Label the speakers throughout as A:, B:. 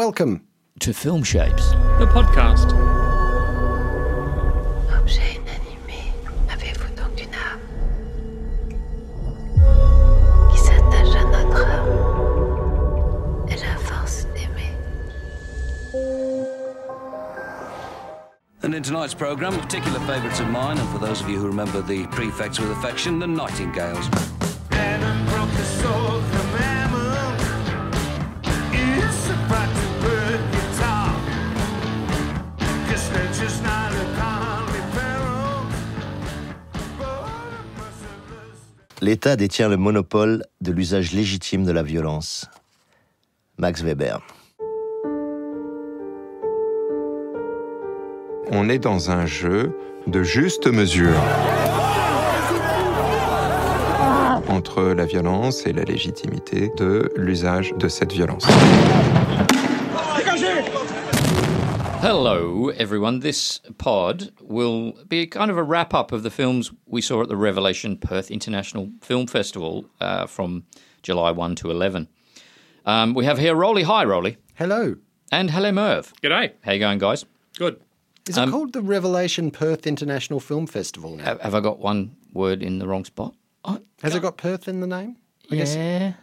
A: Welcome.
B: to Film Shapes.
C: The podcast.
D: Objet inanimé, avez-vous donc une âme qui s'attache à notre âme et la force d'aimer
E: And in tonight's programme, particular favourites of mine, and for those of you who remember the prefects with affection, the Nightingales.
F: L'État détient le monopole de l'usage légitime de la violence. Max Weber.
G: On est dans un jeu de juste mesure entre la violence et la légitimité de l'usage de cette violence.
B: Hello, everyone. This pod will be kind of a wrap up of the films we saw at the Revelation Perth International Film Festival uh, from July 1 to 11. Um, we have here Rolly. Hi, Rolly.
A: Hello.
B: And hello, Merv.
C: G'day.
B: How you going, guys?
C: Good.
A: Is
B: Um,
A: it called the Revelation Perth International Film Festival now?
B: Have, have I got one word in the wrong spot? I,
A: Has it got Perth in the name?
B: yeah.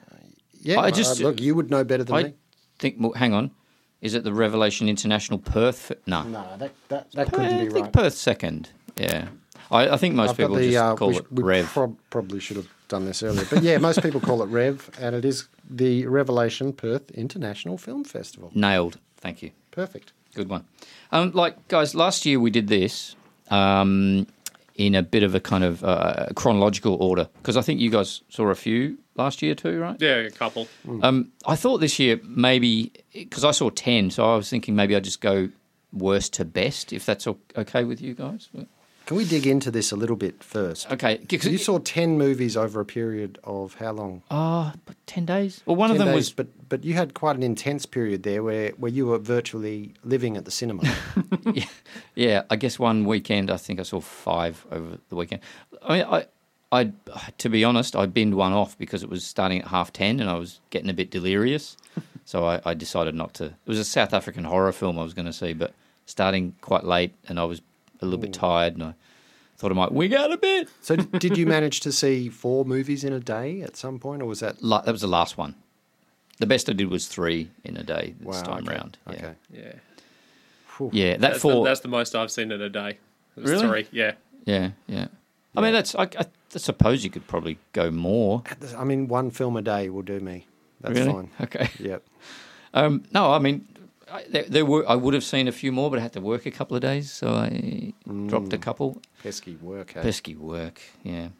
A: Yeah.
B: I
A: well,
B: just-
A: look, you would know better than
B: I
A: me.
B: think, well, hang on. Is it the Revelation International Perth? F- No.
A: No, that, that, that
B: I
A: couldn't be
B: think
A: right.
B: Perth second. Yeah. I, I think most people just call
A: uh, we,
B: it
A: sh- we
B: Rev.
A: prob- probably should have done this earlier. But yeah, most people call it Rev, and it is the Revelation Perth International Film Festival.
B: Nailed. Thank you.
A: Perfect.
B: Good one. Um, like, guys, last year we did this um, in a bit of a kind of uh, chronological order because I think you guys saw a few last year too, right?
C: Yeah, a couple.
B: Um, I thought this year maybe because I saw 10, so I was thinking maybe I'd just go worst to best if that's o- okay with you guys.
A: Can we dig into this a little bit first?
B: Okay.
A: So you saw 10 movies over a period of how long?
B: Ah, but 10 days? Well, one of
A: 10
B: them
A: days,
B: was.
A: but but you had quite an intense period there where, where you were virtually living at the cinema.
B: Yeah, I guess one weekend. I think I saw five over the weekend. I mean, I, I, to be honest, I binned one off because it was starting at half ten, and I was getting a bit delirious, so I, I decided not to. It was a South African horror film I was going to see, but starting quite late, and I was a little bit tired, and I thought I might wig out a bit.
A: so d- did you manage to see four movies in a day at some point, or was that
B: La- that was the last one. The best I did was three in a day this
A: Wow,
B: time
A: okay,
B: round. Yeah.
A: okay?
C: Yeah.
B: yeah, that
C: That's, the,
B: four.
C: that's the most I've seen in a day. It was
B: Really?
C: Three. Yeah.
B: yeah, yeah. I mean, that's. I, I, I suppose you could probably go more.
A: I mean, one film a day will do me. That's
B: really?
A: fine.
B: Okay.
A: Yep.
B: Um, no, I mean, I, there, there were. I would have seen a few more, but I had to work a couple of days, so I dropped
A: Mm.
B: a couple.
A: Pesky work. eh?
B: Pesky work, yeah.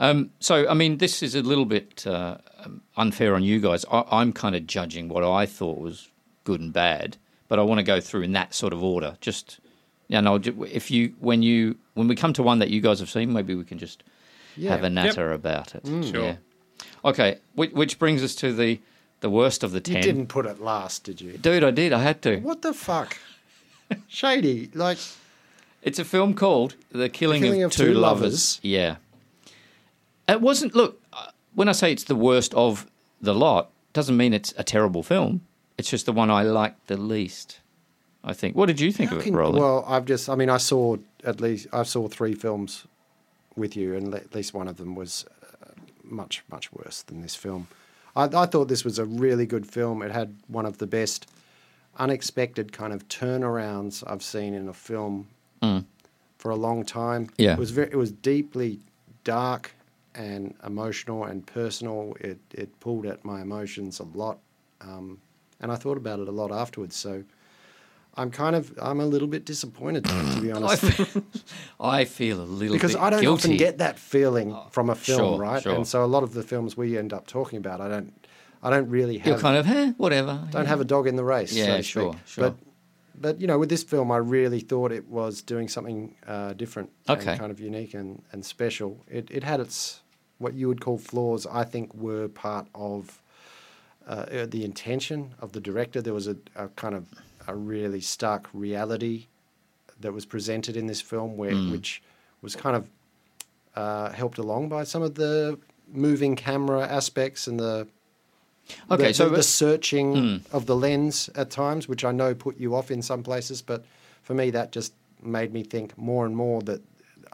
B: Um, so, I mean, this is a little bit uh, um, unfair on you guys. I, I'm kind of judging what I thought was good and bad, but I want to go through in that sort of order. Just, you know, ju- if you when you when we come to one that you guys have seen, maybe we can just have a natter about it.
A: Mm.
C: Sure.
B: Okay, which, which brings us to the the worst of the ten.
A: You didn't put it last, did you?
B: Dude, I did. I had to.
A: What the fuck? Shady. Like,
B: It's a film called The Killing,
A: Killing
B: of,
A: of
B: Two,
A: Two
B: lovers.
A: Lovers.
B: Yeah. It wasn't, look, uh, when I say it's the worst of the lot, doesn't mean it's a terrible film. It's just the one I liked the least, I think. What did you think of it,
A: fucking-
B: Roland?
A: well, I've just, I mean, I saw at least, I saw three films with you, and le- at least one of them was uh, much, much worse than this film. I, I thought this was a really good film. It had one of the best unexpected kind of turnarounds I've seen in a film for a long time.
B: Mm. Yeah.
A: It was very, it was deeply dark and emotional and personal. It it pulled at my emotions a lot, um, and I thought about it a lot afterwards. So I'm kind of I'm a little bit disappointed to be honest,
B: I feel a little
A: because
B: bit
A: I don't
B: guilty. Oh,
A: often get that feeling from a film,
B: sure,
A: right?
B: sure.
A: And so a lot of the films we end up talking about, I don't I don't really have
B: You're kind of, eh, whatever.
A: don't have a dog in the race.
B: Yeah,
A: so to
B: sure,
A: speak.
B: sure.
A: But, but you know, with this film, I really thought it was doing something uh, different,
B: Okay.
A: and kind of unique and, and special. It it had its what you would call flaws. I think were part of uh, uh, the intention of the director. There was a, a kind of a really stark reality that was presented in this film, where
B: Hmm.
A: which was kind of uh, helped along by some of the moving camera aspects and the
B: Okay,
A: the,
B: so-
A: the, the searching
B: Hmm.
A: of the lens at times, which I know put you off in some places, but for me that just made me think more and more that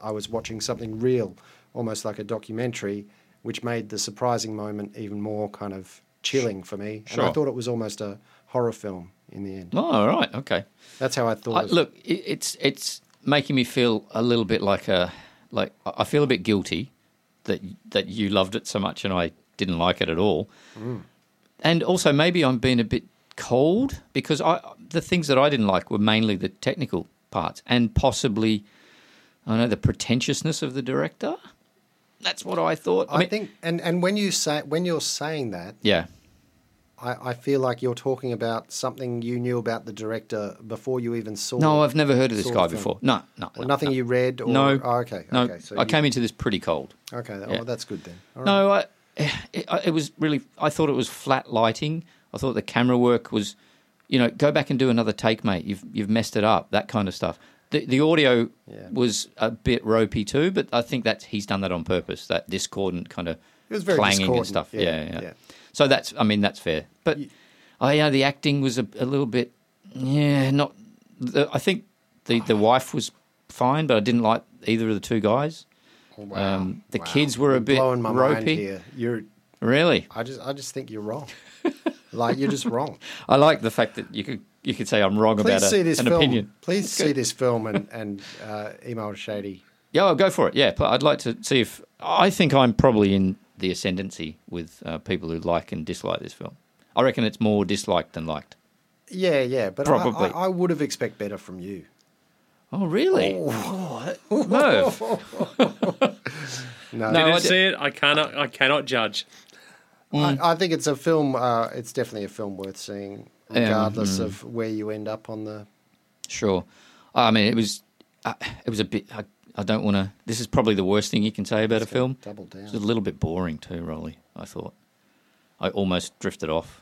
A: I was watching something real, almost like a documentary, which made the surprising moment even more kind of chilling for me. And I
B: Sure.
A: thought it was almost a horror film in the end.
B: Oh, all right. Okay.
A: That's how I thought.
B: I,
A: of it.
B: look, it, it's it's making me feel a little bit like a like I I feel a bit guilty that that you loved it so much and I didn't like it at all.
A: Mm.
B: And also maybe I'm being a bit cold because I the things that I didn't like were mainly the technical parts and possibly I don't know the pretentiousness of the director. That's what I thought.
A: I,
B: mean,
A: think, and, and when you say when you're saying that,
B: yeah.
A: I, I feel like you're talking about something you knew about the director before you even saw.
B: No, I've never heard of this
A: saw
B: guy
A: the film.
B: before. No, no,
A: Or
B: no,
A: nothing
B: no.
A: you read. Or,
B: No.
A: Oh, okay.
B: No,
A: Okay. So
B: I
A: you-
B: came into this pretty cold.
A: Okay. that-
B: yeah.
A: Well, that's good then. All right.
B: No, I, it, it was really. I thought it was flat lighting. I thought the camera work was, you know, go back and do another take, mate. You've you've messed it up. That kind of stuff. The the audio
A: Yeah.
B: was a bit ropey too, but I think that he's done that on purpose. That discordant kind of
A: It was very
B: clanging and
A: discordant,
B: stuff.
A: yeah,
B: Yeah yeah,
A: yeah.
B: So that's. I mean, that's fair. But I yeah, the acting was a, a little bit. Yeah, not. The, I think the the wife was fine, but I didn't like either of the two guys.
A: Wow.
B: Um, the
A: Wow.
B: kids were a
A: You're
B: bit
A: blowing my
B: ropey.
A: mind here. You're.
B: Really,
A: I just. I just think you're wrong. like you're just wrong.
B: I like the fact that you could you could say I'm wrong
A: Please
B: about a-
A: see this
B: an
A: film.
B: opinion.
A: Please see this film and and uh, email Shady.
B: Yeah, I'll go for it. Yeah, but I'd like to see if I think I'm probably in the ascendancy with uh, people who like and dislike this film. I reckon it's more disliked than liked.
A: Yeah, yeah, but I- I-
B: Probably.
A: I, would have expected better from you.
B: Oh, really? Oh. Merv.
A: No,
B: No,
C: Didn't
B: I
C: see it. I cannot. I cannot judge.
B: Mm.
A: I, I think it's a film. Uh, it's definitely a film worth seeing,
B: Yeah, mm-hmm.
A: regardless of where you end up on the.
B: Sure. I mean, it was uh, it was a bit. I, I don't want to. This is probably the worst thing you can say about a film.
A: double down.
B: It's a little bit boring too, Rolly. I thought. I almost drifted off,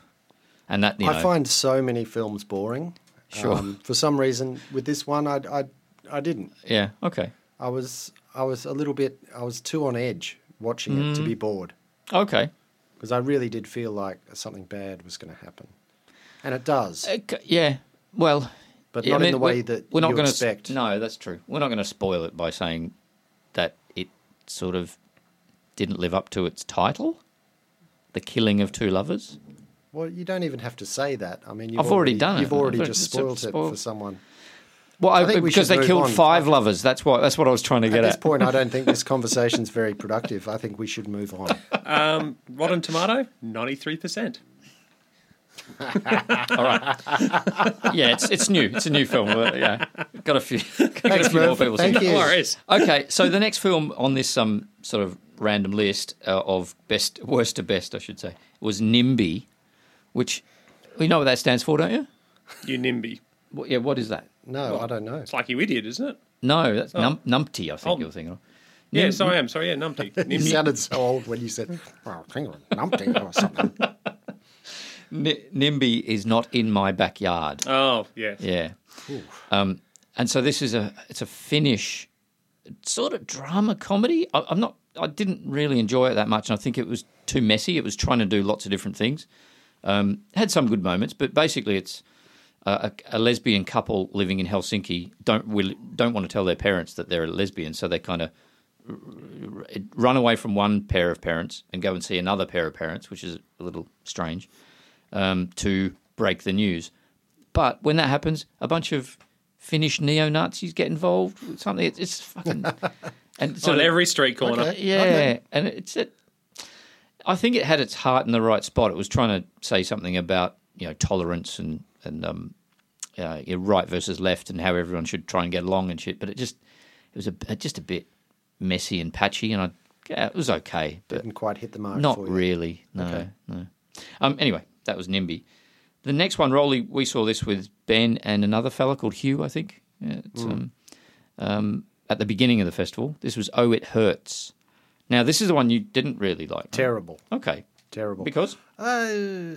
B: and that you
A: I
B: know,
A: find so many films boring. Um,
B: Sure.
A: for some reason, with this one, I, I, I didn't.
B: Yeah. Okay.
A: I was I was a little bit. I was too on edge watching it to be
B: Mm.
A: bored
B: Okay.
A: because I really did feel like something bad was going to happen, and it does.
B: Uh, c- yeah. Well,
A: But
B: yeah,
A: not in the way
B: we're-
A: that
B: we're not
A: you
B: gonna,
A: expect.
B: No, that's true. We're not going to spoil it by saying that it sort of didn't live up to its title, "The Killing of Two Lovers."
A: Well, you don't even have to say that. I mean, you've
B: I've already done it.
A: You've already
B: I've
A: just
B: already-
A: spoiled
B: it's
A: it
B: spoiled.
A: for someone.
B: Well,
A: I think we
B: because
A: should
B: they
A: move
B: killed
A: on.
B: five lovers. That's what. That's what I was trying to get
A: At
B: at.
A: this point, I don't think this conversation's very productive. I think we should move on.
C: Um, Rotten Tomato, ninety-three percent.
B: yeah, it's it's new. It's a new film. but, yeah, got a few. Got a
A: Thanks,
B: few more
A: Murph.
B: people.
A: Thank
B: seeing it.
A: you.
C: No worries.
B: Okay, so the next film on this um, sort of random list uh, of best, worst to best, I should say, was NIMBY, which you know what that stands for, don't you?
C: You NIMBY.
B: What, yeah, what is that?
A: No, I don't know.
C: It's like you idiot, isn't it?
B: No, that's num- numpty. I think
C: Oh.
B: you're thinking of.
C: Yeah, so I am. Sorry, yeah, numpty.
A: You
C: NIMBY.
A: sounded so old when you said, "Well, finger numpty or something."
B: N- NIMBY is not in my backyard.
C: Oh, yeah.
B: Yeah. Um, and so this is a it's a Finnish sort of drama comedy. I, I'm not. I didn't really enjoy it that much, and I think it was too messy. It was trying to do lots of different things. Um, had some good moments, but basically, it's a, a, a lesbian couple living in Helsinki don't will, don't want to tell their parents that they're a lesbian, so they kind of run away from one pair of parents and go and see another pair of parents, which is a little strange, um, to break the news. But when that happens, a bunch of Finnish neo Nazis get involved. with Something it's, it's fucking and so
C: on
B: the-
C: every street corner.
A: Okay.
B: yeah, and it's it. I think it had its heart in the right spot. It was trying to say something about you know tolerance and and um, uh, you know, right versus left and how everyone should try and get along and shit. But it just it was a just a bit messy and patchy, and I yeah, it was okay, but
A: Didn't quite hit the mark.
B: not
A: for you.
B: really. No, no. Um, anyway, that was NIMBY. The next one, Rolly, we saw this with Ben and another fella called Hugh, I think. Yeah, it's,
A: Hmm.
B: um, um, at the beginning of the festival. This was Oh It Hurts. Now, this is the one you didn't really like. right?
A: Terrible,
B: Okay.
A: terrible.
B: Because?
A: Uh,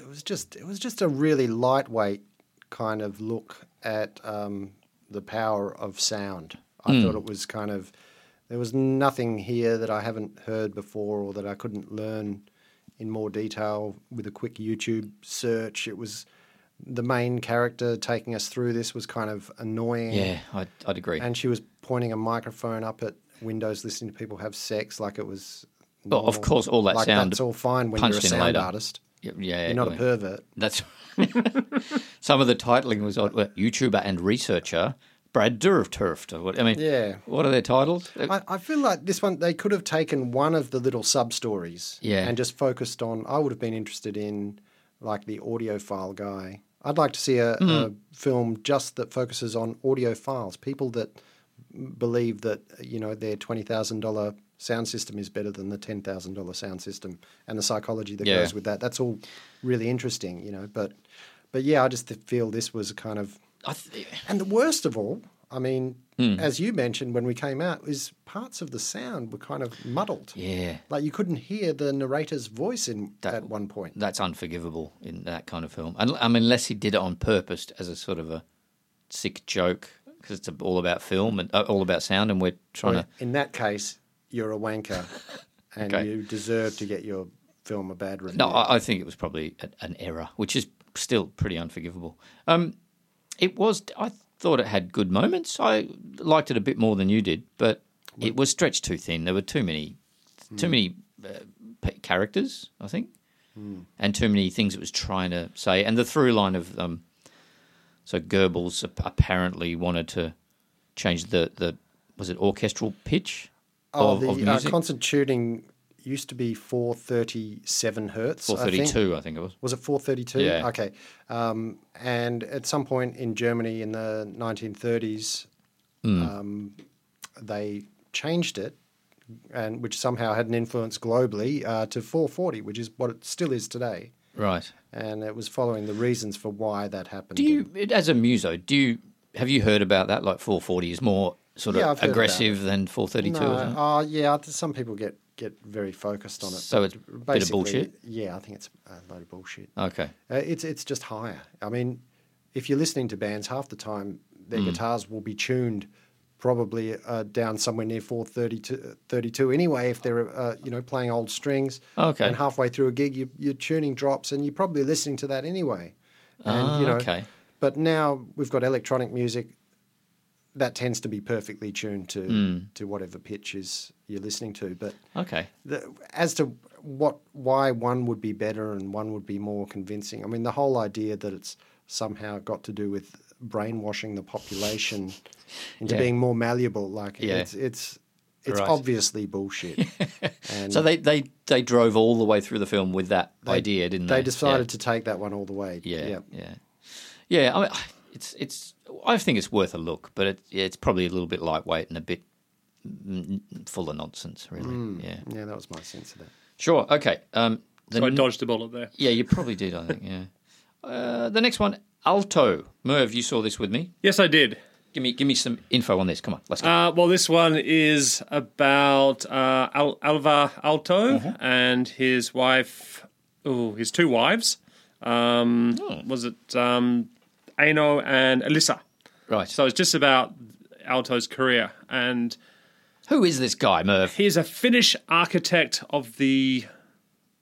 A: it was just it was just a really lightweight kind of look at um, the power of sound. I thought it was kind of there was nothing here that I haven't heard before or that I couldn't learn in more detail with a quick YouTube search. It was the main character taking us through this was kind of annoying.
B: Yeah, I'd, I'd agree.
A: And she was pointing a microphone up at windows, listening to people have sex, like it was.
B: Well, of
A: normal.
B: course, all that
A: like,
B: sound
A: That's all fine when you're a
B: punched in
A: sound
B: later.
A: artist.
B: yeah, yeah,
A: You're not a
B: yeah.
A: pervert.
B: That's some of the titling was odd. Well, YouTuber and researcher Brad Durvturft. or what- I mean,
A: Yeah.
B: What are their titles?
A: I, I feel like this one they could have taken one of the little sub stories
B: Yeah.
A: and just focused on I would have been interested in like the audiophile guy. I'd like to see a, a
B: Mm-hmm.
A: film just that focuses on audiophiles, people that m- believe that you know their twenty thousand dollar sound system is better than the ten thousand dollar sound system and the psychology that
B: Yeah.
A: goes with that. That's all really interesting, you know. But but yeah, I just feel this was kind of
B: I th-
A: and the worst of all, I mean,
B: Hmm.
A: as you mentioned when we came out, is parts of the sound were kind of muddled.
B: yeah,
A: Like you couldn't hear the narrator's voice in
B: That-
A: at one point.
B: that's unforgivable in that kind of film. Un- I mean, unless he did it on purpose as a sort of a sick joke, because it's all about film and uh, all about sound, and we're trying to.
A: In that case, you're a wanker and
B: Okay.
A: you deserve to get your film a bad review.
B: No, I, I think it was probably a, an error, which is still pretty unforgivable. Um, it was. I thought it had good moments. I liked it a bit more than you did, but it was stretched too thin. There were too many, too many uh, p- characters, I think, and too many things it was trying to say. And the through line of um, so Goebbels ap- apparently wanted to change the the was it orchestral pitch
A: oh,
B: of,
A: the
B: of
A: uh,
B: music.
A: constant tuning used to be 437 hertz. I
B: Four
A: think.
B: thirty two, I think it was.
A: Was it 432?
B: Yeah.
A: Okay. Um, and at some point in Germany in the 1930s,
B: Hmm.
A: um, they changed it, and which somehow had an influence globally uh, to 440, which is what it still is today.
B: Right.
A: And it was following the reasons for why that happened.
B: Do you, it- as a muso, do you have you heard about that? Like 440 is more sort of
A: Yeah, I've heard about
B: aggressive than 432.
A: No,
B: isn't it?
A: uh, yeah. I think Some people get get very focused on it.
B: So it's a bit of bullshit? Oh,
A: Yeah, I think it's a load of bullshit.
B: Okay.
A: Uh, it's it's just higher. I mean, if you're listening to bands, half the time their
B: Hmm.
A: guitars will be tuned probably uh, down somewhere near 432 32 uh, anyway if they're uh, you know playing old strings
B: Okay.
A: and halfway through a gig you, your tuning drops and you're probably listening to that anyway and
B: Ah, okay.
A: but now we've got electronic music that tends to be perfectly tuned to
B: Hmm.
A: to whatever pitch is you're listening to but
B: Okay.
A: the, as to what why one would be better and one would be more convincing. I mean, the whole idea that it's somehow got to do with brainwashing the population into
B: Yeah.
A: being more malleable. Like
B: Yeah.
A: it's it's it's
B: Right.
A: obviously bullshit. and
B: So they, they they drove all the way through the film with that
A: Mm. they-
B: idea, didn't they?
A: They decided to take that one all the way.
B: Yeah. Yeah. Yeah. Yeah, I mean, it's it's. I think it's worth a look, but it, yeah, it's probably a little bit lightweight and a bit mm, full of nonsense, really. Yeah.
A: yeah, that was my sense of that.
B: Sure. Okay. Um, the
C: So I dodged a bullet there.
B: Yeah, you probably did. I think. Yeah. Uh, the next one, Alto. Merv, you saw this with me.
C: Yes, I did.
B: Give me, give me some info on this. Come on, let's go.
C: Uh, well, this one is about uh, Al- Alvar Alto and his wife, oh, his two wives. Um, Was it um, Ano and Alyssa?
B: right.
C: So it's just about Alto's career. And
B: who is this guy, Merv?
C: he is a Finnish architect of the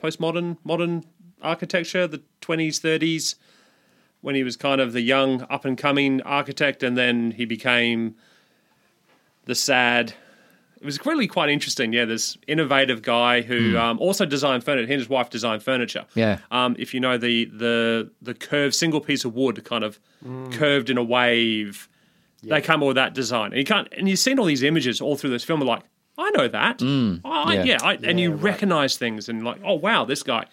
C: postmodern modern architecture, the 20s, 30s, when he was kind of the young up and coming architect, and then he became the sad. It was really quite interesting. Yeah, this innovative guy who um, also designed furniture. He and his wife designed furniture.
B: Yeah.
C: Um, if you know the the the curved single piece of wood, kind of curved in a wave, they come up with that design. And you can't. And you've seen all these images all through this film. Are like, I know that. I,
B: yeah.
C: yeah. I, and you recognize things and like, oh wow, this guy.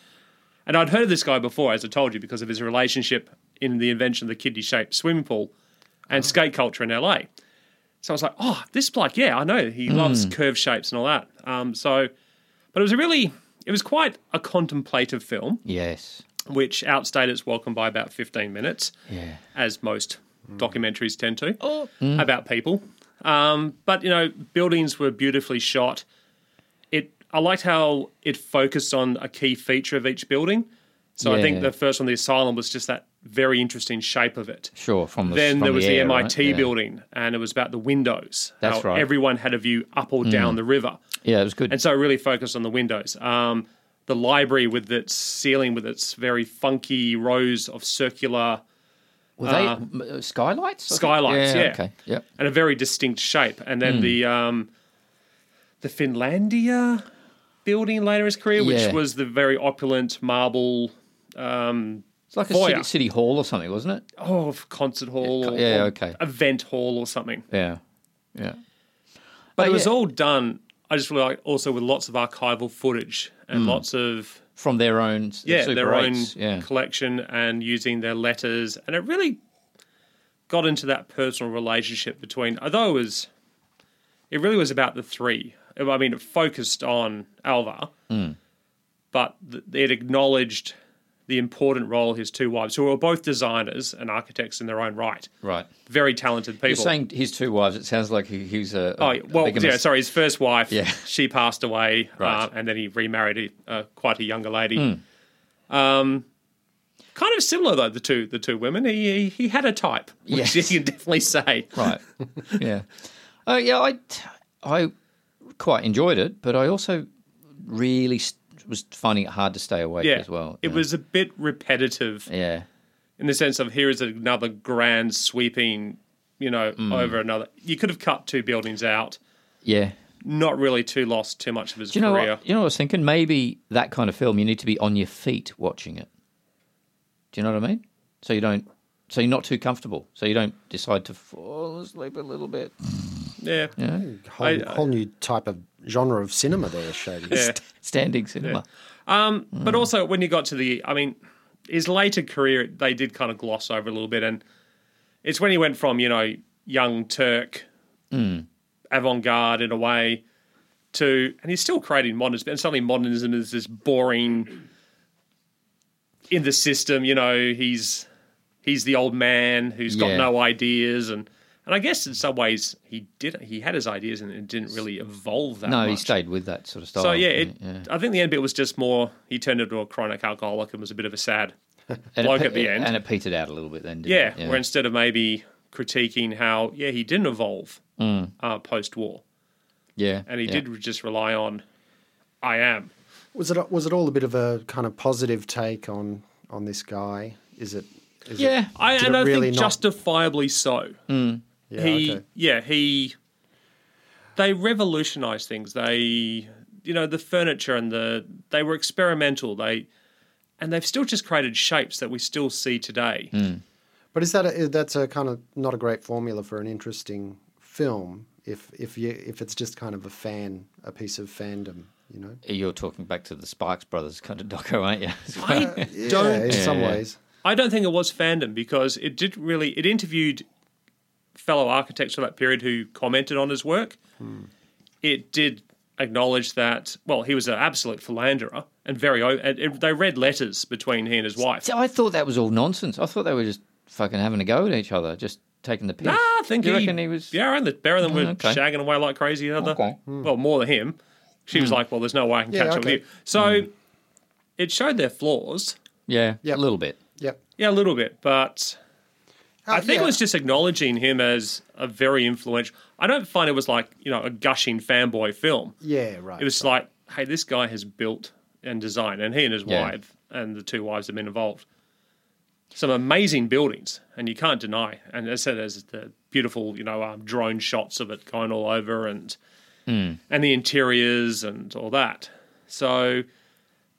C: And I'd heard of this guy before, as I told you, because of his relationship in the invention of the kidney-shaped swimming pool and skate culture in LA. So I was like, oh, this bloke, yeah, I know. He loves curve shapes and all that. Um, so, but it was a really, it was quite a contemplative film,
B: Yes.
C: which outstayed its welcome by about 15 minutes,
B: Yeah. Mm.
C: as most documentaries tend to, about people. Um, but, you know, buildings were beautifully shot. It, I liked how it focused on a key feature of each building. So I think
B: Yeah.
C: the first one, the asylum, was just that very interesting shape of it
B: Sure. From the,
C: then
B: from
C: there was the,
B: air, right?
C: MIT
B: Yeah.
C: building, and it was about the windows.
B: That's
C: how
B: right. Mm.
C: Everyone had a view up or down the river,
B: Yeah, it was good.
C: and so it really focused on the windows. Um, the library with its ceiling with its very funky rows of circular
B: Were
C: Uh,
B: they m- uh, skylights? I think?
C: skylights, yeah,
B: Okay. Yep.
C: and a very distinct shape. And
B: Hmm.
C: then the um, the Finlandia building later in his career,
B: Yeah.
C: which was the very opulent marble um,
B: It's like a
C: Foyer.
B: city, city hall or something, wasn't it?
C: oh of concert hall,
B: co-
C: or,
B: yeah,
C: or
B: okay.
C: event hall or something.
B: Yeah. Yeah.
C: But
B: Oh,
C: it was
B: yeah.
C: all done. I just really like also with lots of archival footage and
B: Hmm.
C: lots of
B: From their own. s-
C: yeah
B: Super
C: their own
B: 8s, Yeah.
C: collection and using their letters, and it really got into that personal relationship between. Although it was, it really was about the three. I mean, it focused on Alvar,
B: Hmm.
C: but th- it acknowledged the important role his two wives, who were both designers and architects in their own right,
B: Right.
C: very talented people.
B: You're saying his two wives. It sounds like he, he was a. a
C: Oh, yeah, well,
B: bigamist.
C: yeah, sorry, his first wife,
B: Yeah.
C: she passed away,
B: Right.
C: uh, and then he remarried a, uh, quite a younger lady. Um,
B: Hmm.
C: kind of similar though, the two the two women. He he, he had a type, which
B: Yes.
C: you can definitely say.
B: Right. yeah. Oh yeah. I I quite enjoyed it, but I also really st- was finding it hard to stay awake
C: Yeah,
B: as well.
C: It
B: yeah.
C: was a bit repetitive
B: Yeah.
C: in the sense of here is another grand sweeping, you know,
B: Hmm.
C: over another. You could have cut two buildings out.
B: Yeah.
C: Not really too lost too much of his
B: Do you know
C: career.
B: what? You know what I was thinking? Maybe that kind of film, you need to be on your feet watching it. Do you know what I mean? So you don't. So you're not too comfortable. So you don't decide to fall asleep a little bit.
C: Yeah.
A: Whole,
C: I-
A: whole new type of genre of cinema there, Shady.
C: Yeah.
B: Standing cinema.
C: But also, when you got to the, I mean, his later career, they did kind of gloss over a little bit, and it's when he went from you know young Turk,
B: Hmm.
C: avant-garde in a way, to and he's still creating modernism, and suddenly modernism is this boring, in the system. You know, he's he's the old man who's got
B: Yeah.
C: no ideas, and and I guess in some ways he did he had his ideas and it didn't really evolve that.
B: No,
C: much.
B: he stayed with that sort of style.
C: So yeah, it,
B: didn't he? Yeah.
C: I think the end bit was just more he turned into a chronic alcoholic and was a bit of a sad
B: And
C: bloke
B: pe-
C: at the end.
B: and it petered out a little bit then. Didn't
C: yeah,
B: it?
C: Where instead of maybe critiquing how yeah he didn't evolve uh, post war
B: yeah,
C: and he
B: Mm. yeah.
C: did just rely on I am
A: Was it was it all a bit of a kind of positive take on on this guy? Is it? Is
B: Yeah, Mm.
A: It,
C: I
A: Did
C: and
A: it
C: I
A: really
C: think
A: not-
C: justifiably so.
A: yeah.
C: he
A: okay.
C: yeah he they revolutionized things they you know the furniture and the they were experimental they and they've still just created shapes that we still see
B: Mm.
C: today
A: But is that a, that's a kind of not a great formula for an interesting film? If if you if it's just kind of a fan, a piece of fandom, you know.
B: You're talking back to the Sparks Brothers kind of doco, aren't you?
C: I
A: Yeah,
C: don't
A: in some
B: Yeah.
A: ways.
C: I don't think it was fandom because it did really. It interviewed fellow architects of that period who commented on his work.
A: Hmm.
C: It did acknowledge that. Well, he was an absolute philanderer and very. o- And it, they read letters between he and his wife.
B: So I thought that was all nonsense. I thought they were just fucking having a go at each other, just taking the piss.
C: Nah, Ah, I think
B: you
C: he,
B: reckon he was.
C: Yeah, and the Barry them were
B: Oh, okay.
C: shagging away like crazy. Other,
B: Okay. Hmm.
C: well, more than him. She was like, "Well, there's no way I can
A: Hmm. Yeah,
C: catch up with
A: okay. Hmm.
C: you." So it showed their flaws,
B: yeah,
A: Yep.
B: a little bit.
A: Yep.
C: yeah, a little bit, but I
A: Uh,
C: think
A: yeah.
C: it was just acknowledging him as a very influential. I don't find it was like you know a gushing fanboy film.
A: Yeah. Right.
C: It was like, hey, this guy has built and designed, and he and his
B: Yeah.
C: wife and the two wives have been involved. Some amazing buildings, and you can't deny. And as I said, there's the beautiful, you know, um, drone shots of it going all over, and and the interiors and all that. So,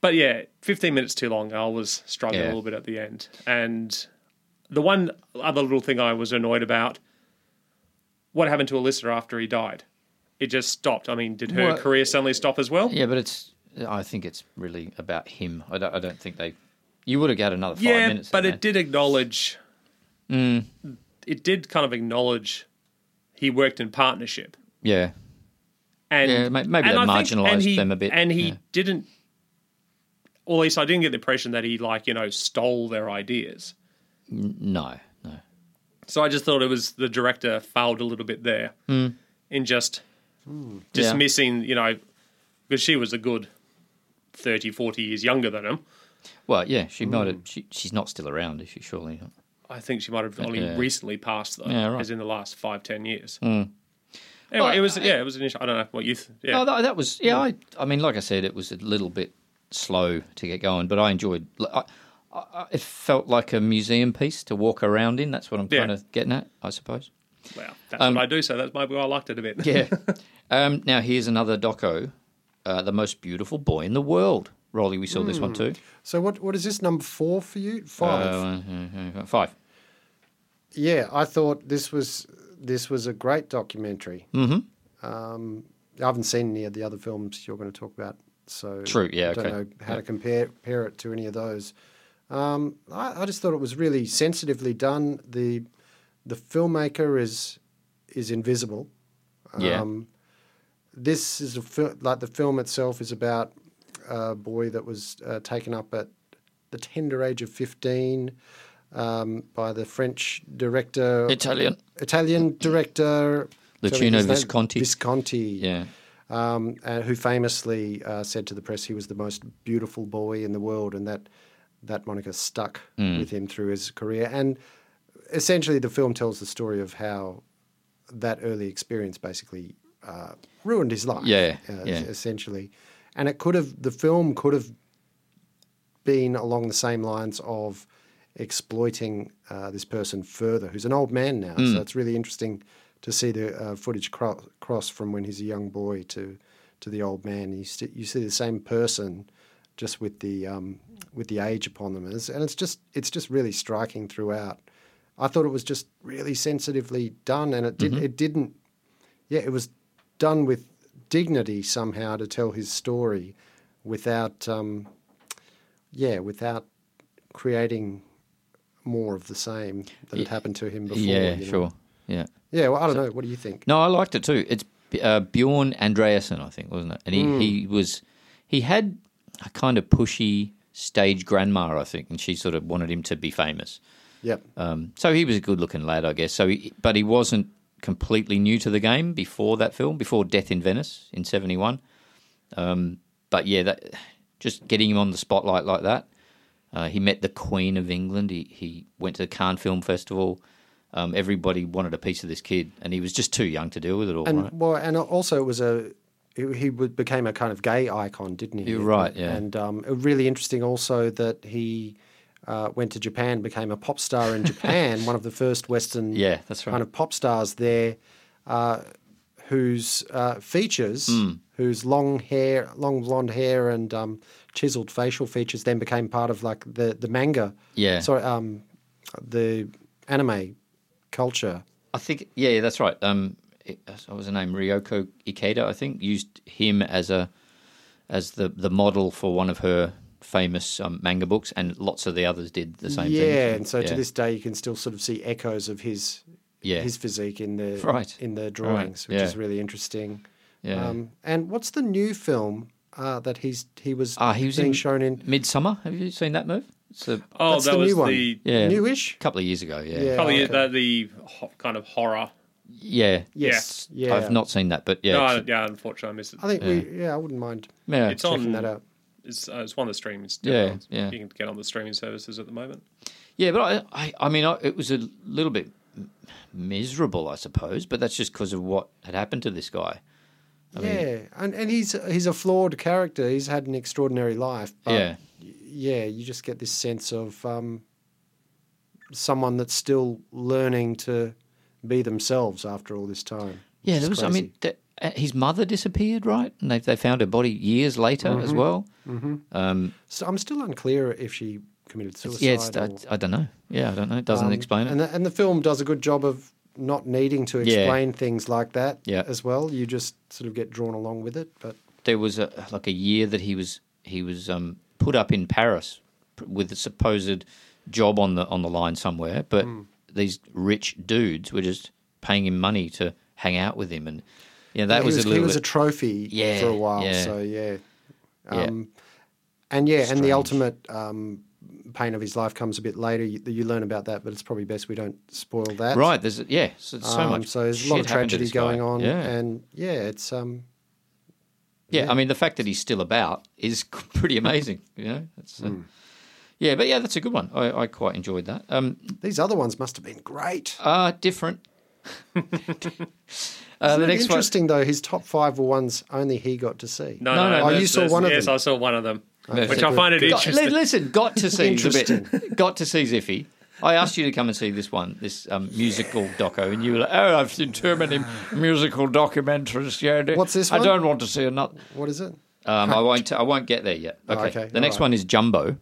C: but yeah, 15 minutes too long. I was struggling
B: Yeah.
C: a little bit at the end. And the one other little thing I was annoyed about what happened to Alyssa after he died? It just stopped. I mean, did her
B: Well-
C: career suddenly stop as well?
B: Yeah, but it's. I think it's really about him. I don't. I don't think they. You would have got another five
C: Yeah,
B: minutes.
C: but
B: in Mm.
C: it did acknowledge. It did kind of acknowledge he worked in partnership.
B: there.
C: and
B: Yeah, ma- maybe
C: and
B: they
C: I think- and
B: marginalised
C: he-
B: them a bit,
C: And he
B: yeah.
C: didn't, or at least I didn't get the impression that he like you know stole their ideas.
B: Yeah. No. No.
C: So I just thought it was the director failed a little bit there
B: Hmm.
C: in just dismissing you know because she was a good 30, 40 years younger than him.
B: Well, yeah, she might have. She, she's not still around, is she? Surely not.
C: I think she might have only
B: Yeah.
C: recently passed though,
B: Yeah, right. Hmm.
C: as in the last five ten years. Anyway,
B: Well,
C: it was yeah, it was an issue. I don't know what you. Th- yeah,
B: Oh, that, that was yeah. I, I mean, like I said, it was a little bit slow to get going, but I enjoyed. I, I, I- it felt like a museum piece to walk around in. That's what I'm
C: Yeah.
B: kind of getting at, I suppose.
C: Well, that's what I do, so that's maybe why I liked it a bit.
B: Um, Yeah. um, now here's another doco, uh, the most beautiful boy in the world. Rolly, we saw this
A: Hmm.
B: one too.
A: So what what is this number four for you? Five.
B: Uh, uh, uh, five.
A: yeah, I thought this was this was a great documentary. Mm-hmm. Um, I haven't seen any of the other films you're going to talk about, so
B: True, yeah,
A: I don't
B: okay.
A: know how
B: Yeah.
A: to compare compare it to any of those. Um, I, I just thought it was really sensitively done. the The filmmaker is is invisible.
B: Yeah.
A: Um, this is a fil- like the film itself is about a boy that was uh, taken up at the tender age of 15 um, by the French director,
B: Italian.
A: Italian director
B: Lucino
A: sorry, his name-
B: Visconti.
A: Visconti,
B: Yeah.
A: um, uh, who famously uh, said to the press he was the most beautiful boy in the world, and that that moniker stuck
B: Hmm.
A: with him through his career. And essentially, the film tells the story of how that early experience basically uh, ruined his life.
B: Yeah,
A: uh,
B: yeah.
A: essentially, and it could have the film could have been along the same lines of exploiting uh, this person further, who's an old man now. So it's really interesting to see the uh, footage cro- cross from when he's a young boy to to the old man. You, st- you see the same person, just with the um, with the age upon them, It's- and it's just it's just really striking throughout. I thought it was just really sensitively done, and it did it didn't yeah, it was done with dignity somehow to tell his story without, um, yeah, without creating more of the same that had happened to him before.
B: yeah,
A: you know.
B: sure. Yeah.
A: Yeah, well, I don't know. What do you think?
B: No, I liked it too. It's uh, Bjorn Andreasen, I think, wasn't it? And he, he was he had a kind of pushy stage grandma, I think, and she sort of wanted him to be famous.
A: Yep.
B: Um, so he was a good-looking lad, I guess. So, he, but he wasn't completely new to the game before that film, before Death in Venice in '71. Um, but yeah, that just getting him on the spotlight like that. Uh, he met the Queen of England. He he went to the Cannes Film Festival. Um, everybody wanted a piece of this kid, and he was just too young to deal with it all.
A: and
B: right?
A: well, and also it was a he he would- became a kind of gay icon, didn't he?
B: You're right, yeah.
A: And um, really interesting also that he uh, went to Japan, became a pop star in Japan, one of the first Western
B: Yeah, that's right.
A: kind of pop stars there, uh, whose uh, features,
B: Hmm.
A: whose long hair, long blonde hair, and um, chiseled facial features then became part of like the the manga.
B: Yeah.
A: Sorry, um, the anime culture.
B: I think, yeah, that's right. Um, it, what was her name? Ryoko Ikeda, I think, used him as a as the the model for one of her famous um, manga books, and lots of the others did the same
A: yeah,
B: thing.
A: and so
B: Yeah.
A: to this day you can still sort of see echoes of his
B: Yeah.
A: his physique in the
B: Right.
A: in the drawings, which
B: yeah.
A: is really interesting. Um,
B: Yeah.
A: and what's the new film uh, that he's he was
B: ah, he was
A: being
B: in
A: shown in?
B: Midsummer. Have you seen that move? It's a
C: Oh,
A: That's
C: that
A: the
C: was
A: new one.
C: the
B: yeah,
A: Newish?
B: couple of years ago. Yeah,
A: Yeah.
B: yeah.
C: probably
A: okay.
C: the, the ho- kind of horror.
A: Yes,
C: Yes.
A: yeah.
B: I've not seen that, but yeah,
C: No, I-
B: it's-
C: yeah, unfortunately, I missed it.
A: I think we. Yeah, I wouldn't mind
B: yeah,
C: it's
A: checking
C: on
A: that out.
C: It's, uh, it's one of the streaming.
B: Yeah, yeah.
C: You can get on the streaming services at the moment.
B: Yeah, but I, I, I mean, I, it was a little bit m- miserable, I suppose, but that's just because of what had happened to this guy.
A: yeah, and and he's he's a flawed character. He's had an extraordinary life. But
B: yeah,
A: yeah, you just get this sense of um, someone that's still learning to be themselves after all this time.
B: yeah.
A: which
B: There
A: is
B: was, I
A: crazy.
B: mean, th- uh, his mother disappeared, right? And they they found her body years later
A: Mm-hmm.
B: as well. Um,
A: So I'm still unclear if she committed suicide.
B: yeah, it's,
A: or-
B: I, I don't know. Yeah, I don't know. It doesn't
A: um,
B: explain it.
A: And the, and the film does a good job of not needing to
B: Yeah.
A: explain things like that
B: Yeah.
A: as well. You just sort of get drawn along with it. But
B: there was a like a year that he was he was um, put up in Paris p- with a supposed job on the on the line somewhere, but
A: Mm.
B: these rich dudes were just paying him money to hang out with him, and yeah, that
A: he
B: was,
A: was,
B: a
A: he
B: little
A: was a
B: bit,
A: trophy
B: Yeah,
A: for a while.
B: yeah.
A: So yeah,
B: yeah.
A: um, and yeah, and
B: Strange.
A: the ultimate um, pain of his life comes a bit later. You, you learn about that, but it's probably best we don't spoil that.
B: right. There's yeah, so, so
A: Um,
B: much.
A: So there's a lot
B: shit
A: of
B: happened to
A: tragedy
B: this guy.
A: going on,
B: Yeah.
A: and yeah, it's um,
B: yeah, I mean the fact that he's still about is pretty amazing. You know, that's, uh,
A: Hmm.
B: yeah, but yeah, that's a good one. I, I quite enjoyed that. Um,
A: these other ones must have been great.
B: uh, different. uh, the
A: Isn't it
B: next one.
A: interesting though, his top five were ones only he got to see.
C: No,
B: No,
C: no,
B: no,
A: Oh, you
C: there's-
A: saw
C: there's-
A: one of
C: Yes,
A: them.
C: I saw one of them. Which I find it
B: Got- li-
C: interesting.
B: listen, got to see a bit. Got to see Ziffy. I asked you to come and see this one, this um, musical doco, and you were like, "Oh, I've seen too many musical documentaries. Yeah, d-
A: What's this
B: I
A: one?
B: don't want to see another.
A: What is it?
B: Um, I won't. I won't get there yet. Okay.
A: okay,
B: The next
A: alright.
B: one is Jumbo.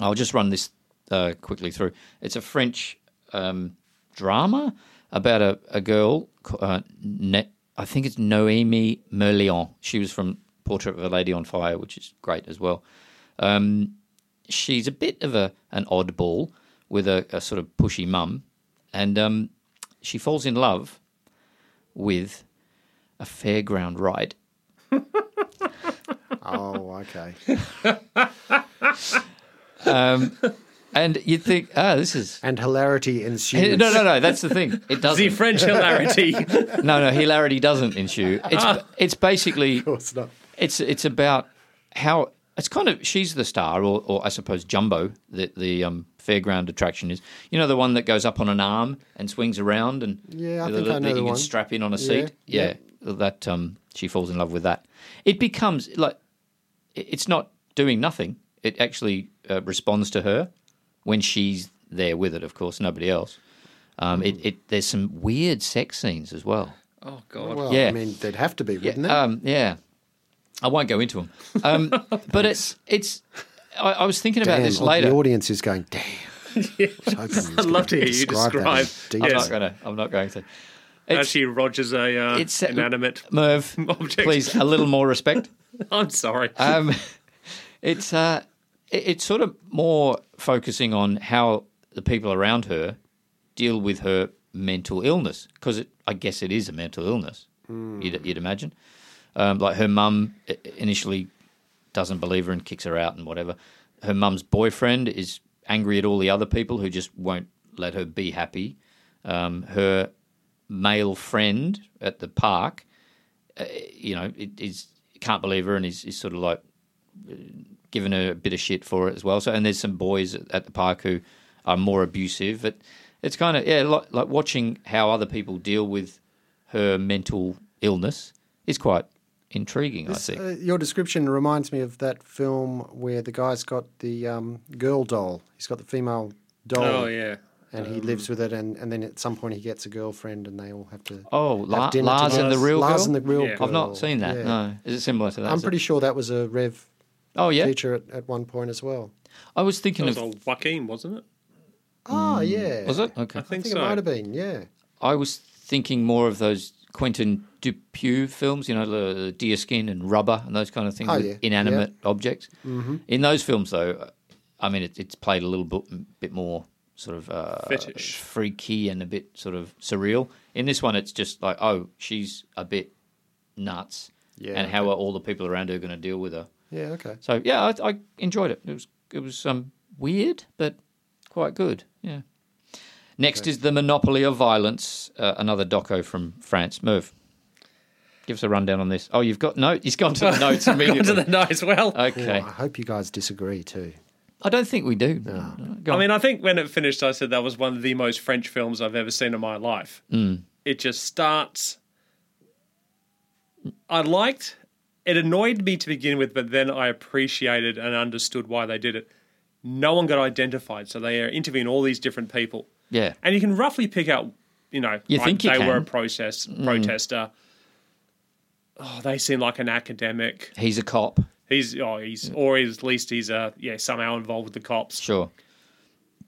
B: I'll just run this uh, quickly through. It's a French um, drama about a, a girl. ca- Uh, ne- I think it's Noémie Merlion. She was from Portrait of a Lady on Fire, which is great as well. Um, she's a bit of a an oddball with a, a sort of pushy mum, and um, she falls in love with a fairground ride.
A: Oh, okay.
B: And you'd think, ah, this is.
A: And hilarity ensues.
B: No, no, no. That's the thing. It
C: The
B: doesn't.
C: French hilarity.
B: No, no. Hilarity doesn't ensue. It's it's basically
A: Oh, it's not.
B: it's it's about how it's kind of she's the star, or, or I suppose Jumbo, the the um, fairground attraction is. You know the one that goes up on an arm and swings around, and
A: Yeah, I
B: that-
A: think I
B: that
A: know
B: you
A: the
B: can
A: one.
B: strap in on a
A: Yeah,
B: seat. Yeah, that um, she falls in love with that. It becomes like it- it's not doing nothing. It actually uh, responds to her when she's there with it. Of course, nobody else. Um,
A: Hmm.
B: it, it there's some weird sex scenes as well.
C: oh God.
A: Well,
B: Yeah.
A: I mean, they'd have to be,
B: Yeah,
A: wouldn't they?
B: um, yeah. I won't go into them, um, but it's it's. I, I was thinking about
A: Damn,
B: this
A: oh, The
B: later.
A: audience is going, damn. I'd
C: I'd love to hear you
A: that
C: describe.
A: in
B: I'm
A: detail.
B: not
C: Yes.
B: gonna. I'm not going to. It's,
C: Actually, Roger's a uh,
B: it's
C: inanimate.
B: Merv,
C: object.
B: please a little more respect.
C: I'm sorry.
B: um, it's uh, it, it's sort of more focusing on how the people around her deal with her mental illness because I guess it is a mental illness.
A: Hmm.
B: You'd, you'd imagine, um, like her mum i- initially doesn't believe her and kicks her out and whatever. Her mum's boyfriend is angry at all the other people who just won't let her be happy. Um, her male friend at the park uh, you know, it is can't believe her and is, is sort of like uh, giving her a bit of shit for it as well. So and there's some boys at, at the park who are more abusive. It, it's kind of yeah, like, like watching how other people deal with her mental illness is quite intriguing. I think.
A: Uh, your description reminds me of that film where the guy's got the um, girl doll. He's got the female doll.
C: oh yeah.
A: And he lives
C: Um,
A: with it, and, and then at some point he gets a girlfriend, and they all have to.
B: Oh,
A: have
B: La-
A: dinner
B: Lars and
A: together.
B: the real
A: Lars
B: girl.
A: and the real
C: Yeah.
A: girl.
B: I've not seen that.
A: Yeah.
B: No, is it similar to that?
A: I'm
B: Is it-
A: pretty sure that was a Rev
B: Oh yeah,
A: feature at, at one point as well.
B: I was
C: That
B: thinking
C: was
B: of.
C: old Joaquin, wasn't it?
A: Oh, yeah.
B: Ah, Was it okay?
C: Hmm. I
A: I
C: think,
A: think it
C: so.
A: might have been, yeah.
B: I was thinking more of those Quentin Dupieux films, you know, the, the deer skin and rubber and those kind of things
A: Oh,
B: with
A: yeah. Mm-hmm.
B: inanimate objects. In those films, though, I mean, it, it's played a little bit, bit more sort of uh,
C: Fetish.
B: freaky and a bit sort of surreal. In this one, it's just like, oh, she's a bit nuts,
A: Yeah,
B: and how are all the people around her going to deal with her?
A: Yeah, okay.
B: So yeah, I, I enjoyed it. It was it was um, weird, but quite good. Yeah. Next is the Monopoly of Violence, uh, another doco from France. Merv, give us a rundown on this. Oh, you've got notes. He's gone to the Uh, notes
C: Gone to
B: immediately.
C: the nice well.
B: Okay,
A: I hope you guys disagree too.
B: I don't think we do. Go
C: I
B: on.
C: mean, I think when it finished, I said that was one of the most French films I've ever seen in my life.
B: Mm.
C: It just starts. I liked it, annoyed me to begin with, but then I appreciated and understood why they did it. No one got identified, so they are interviewing all these different people.
B: yeah,
C: And you can roughly pick out, you know,
B: You
C: like
B: think you
C: they were
B: can.
C: a
B: Mm.
C: process, protester. Oh, they seem like an academic.
B: he's a cop.
C: He's, oh, he's, or at least he's, uh, yeah, somehow involved with the cops.
B: Sure.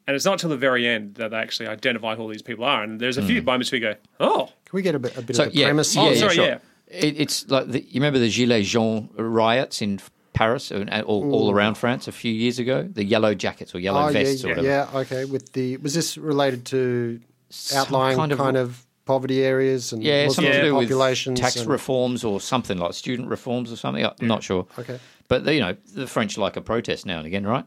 C: And it's not till the very end that they actually identify who all these people are. And there's a
B: Hmm.
C: few moments we go, oh,
A: Can we get a bit, a bit
B: So
A: of the
B: yeah,
A: premise?
B: yeah,
C: Oh,
B: yeah,
C: sorry,
B: sure.
C: yeah.
B: It, it's like the, you remember the Gilets jaunes riots in Paris and and all, all around France a few years ago. The yellow jackets or yellow
A: Oh, yeah,
B: vests or
A: yeah,
B: whatever.
A: yeah, okay. With the was this related to
B: Some
A: outlying
B: kind
A: kind
B: of-
A: of, poverty areas and
B: Yeah,
A: Muslim
B: something to do with
A: populations
B: tax
A: and-
B: reforms or something like student reforms or something. I'm not sure.
A: Okay.
B: But you know, the French like a protest now and again, right?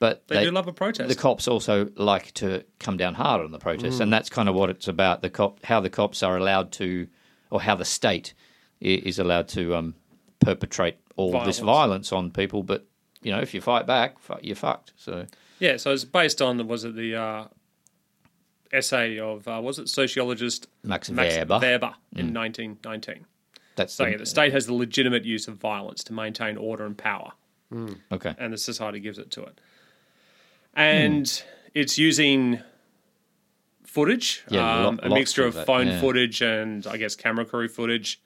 B: But
C: They do love a protest.
B: The cops also like to come down hard on the protests,
A: Mm.
B: and that's kind of what it's about. The cop, how the cops are allowed to, or how the state i- is allowed to um, perpetrate all
C: Violence.
B: this violence on people. But you know, if you fight back, fu- you're fucked. So
C: yeah. So it's based on, was it the uh, essay of, uh, was it sociologist
B: Max Weber. Hmm.
C: in 1919?
B: that's
C: So yeah, the state has the legitimate use of violence to maintain order and power.
B: Okay.
C: and the society gives it to it. And it's using footage,
B: Yeah,
C: um,
B: lo-
C: a
B: lots
C: mixture
B: of
C: of,
B: it,
C: phone
B: yeah.
C: footage and I guess camera crew footage.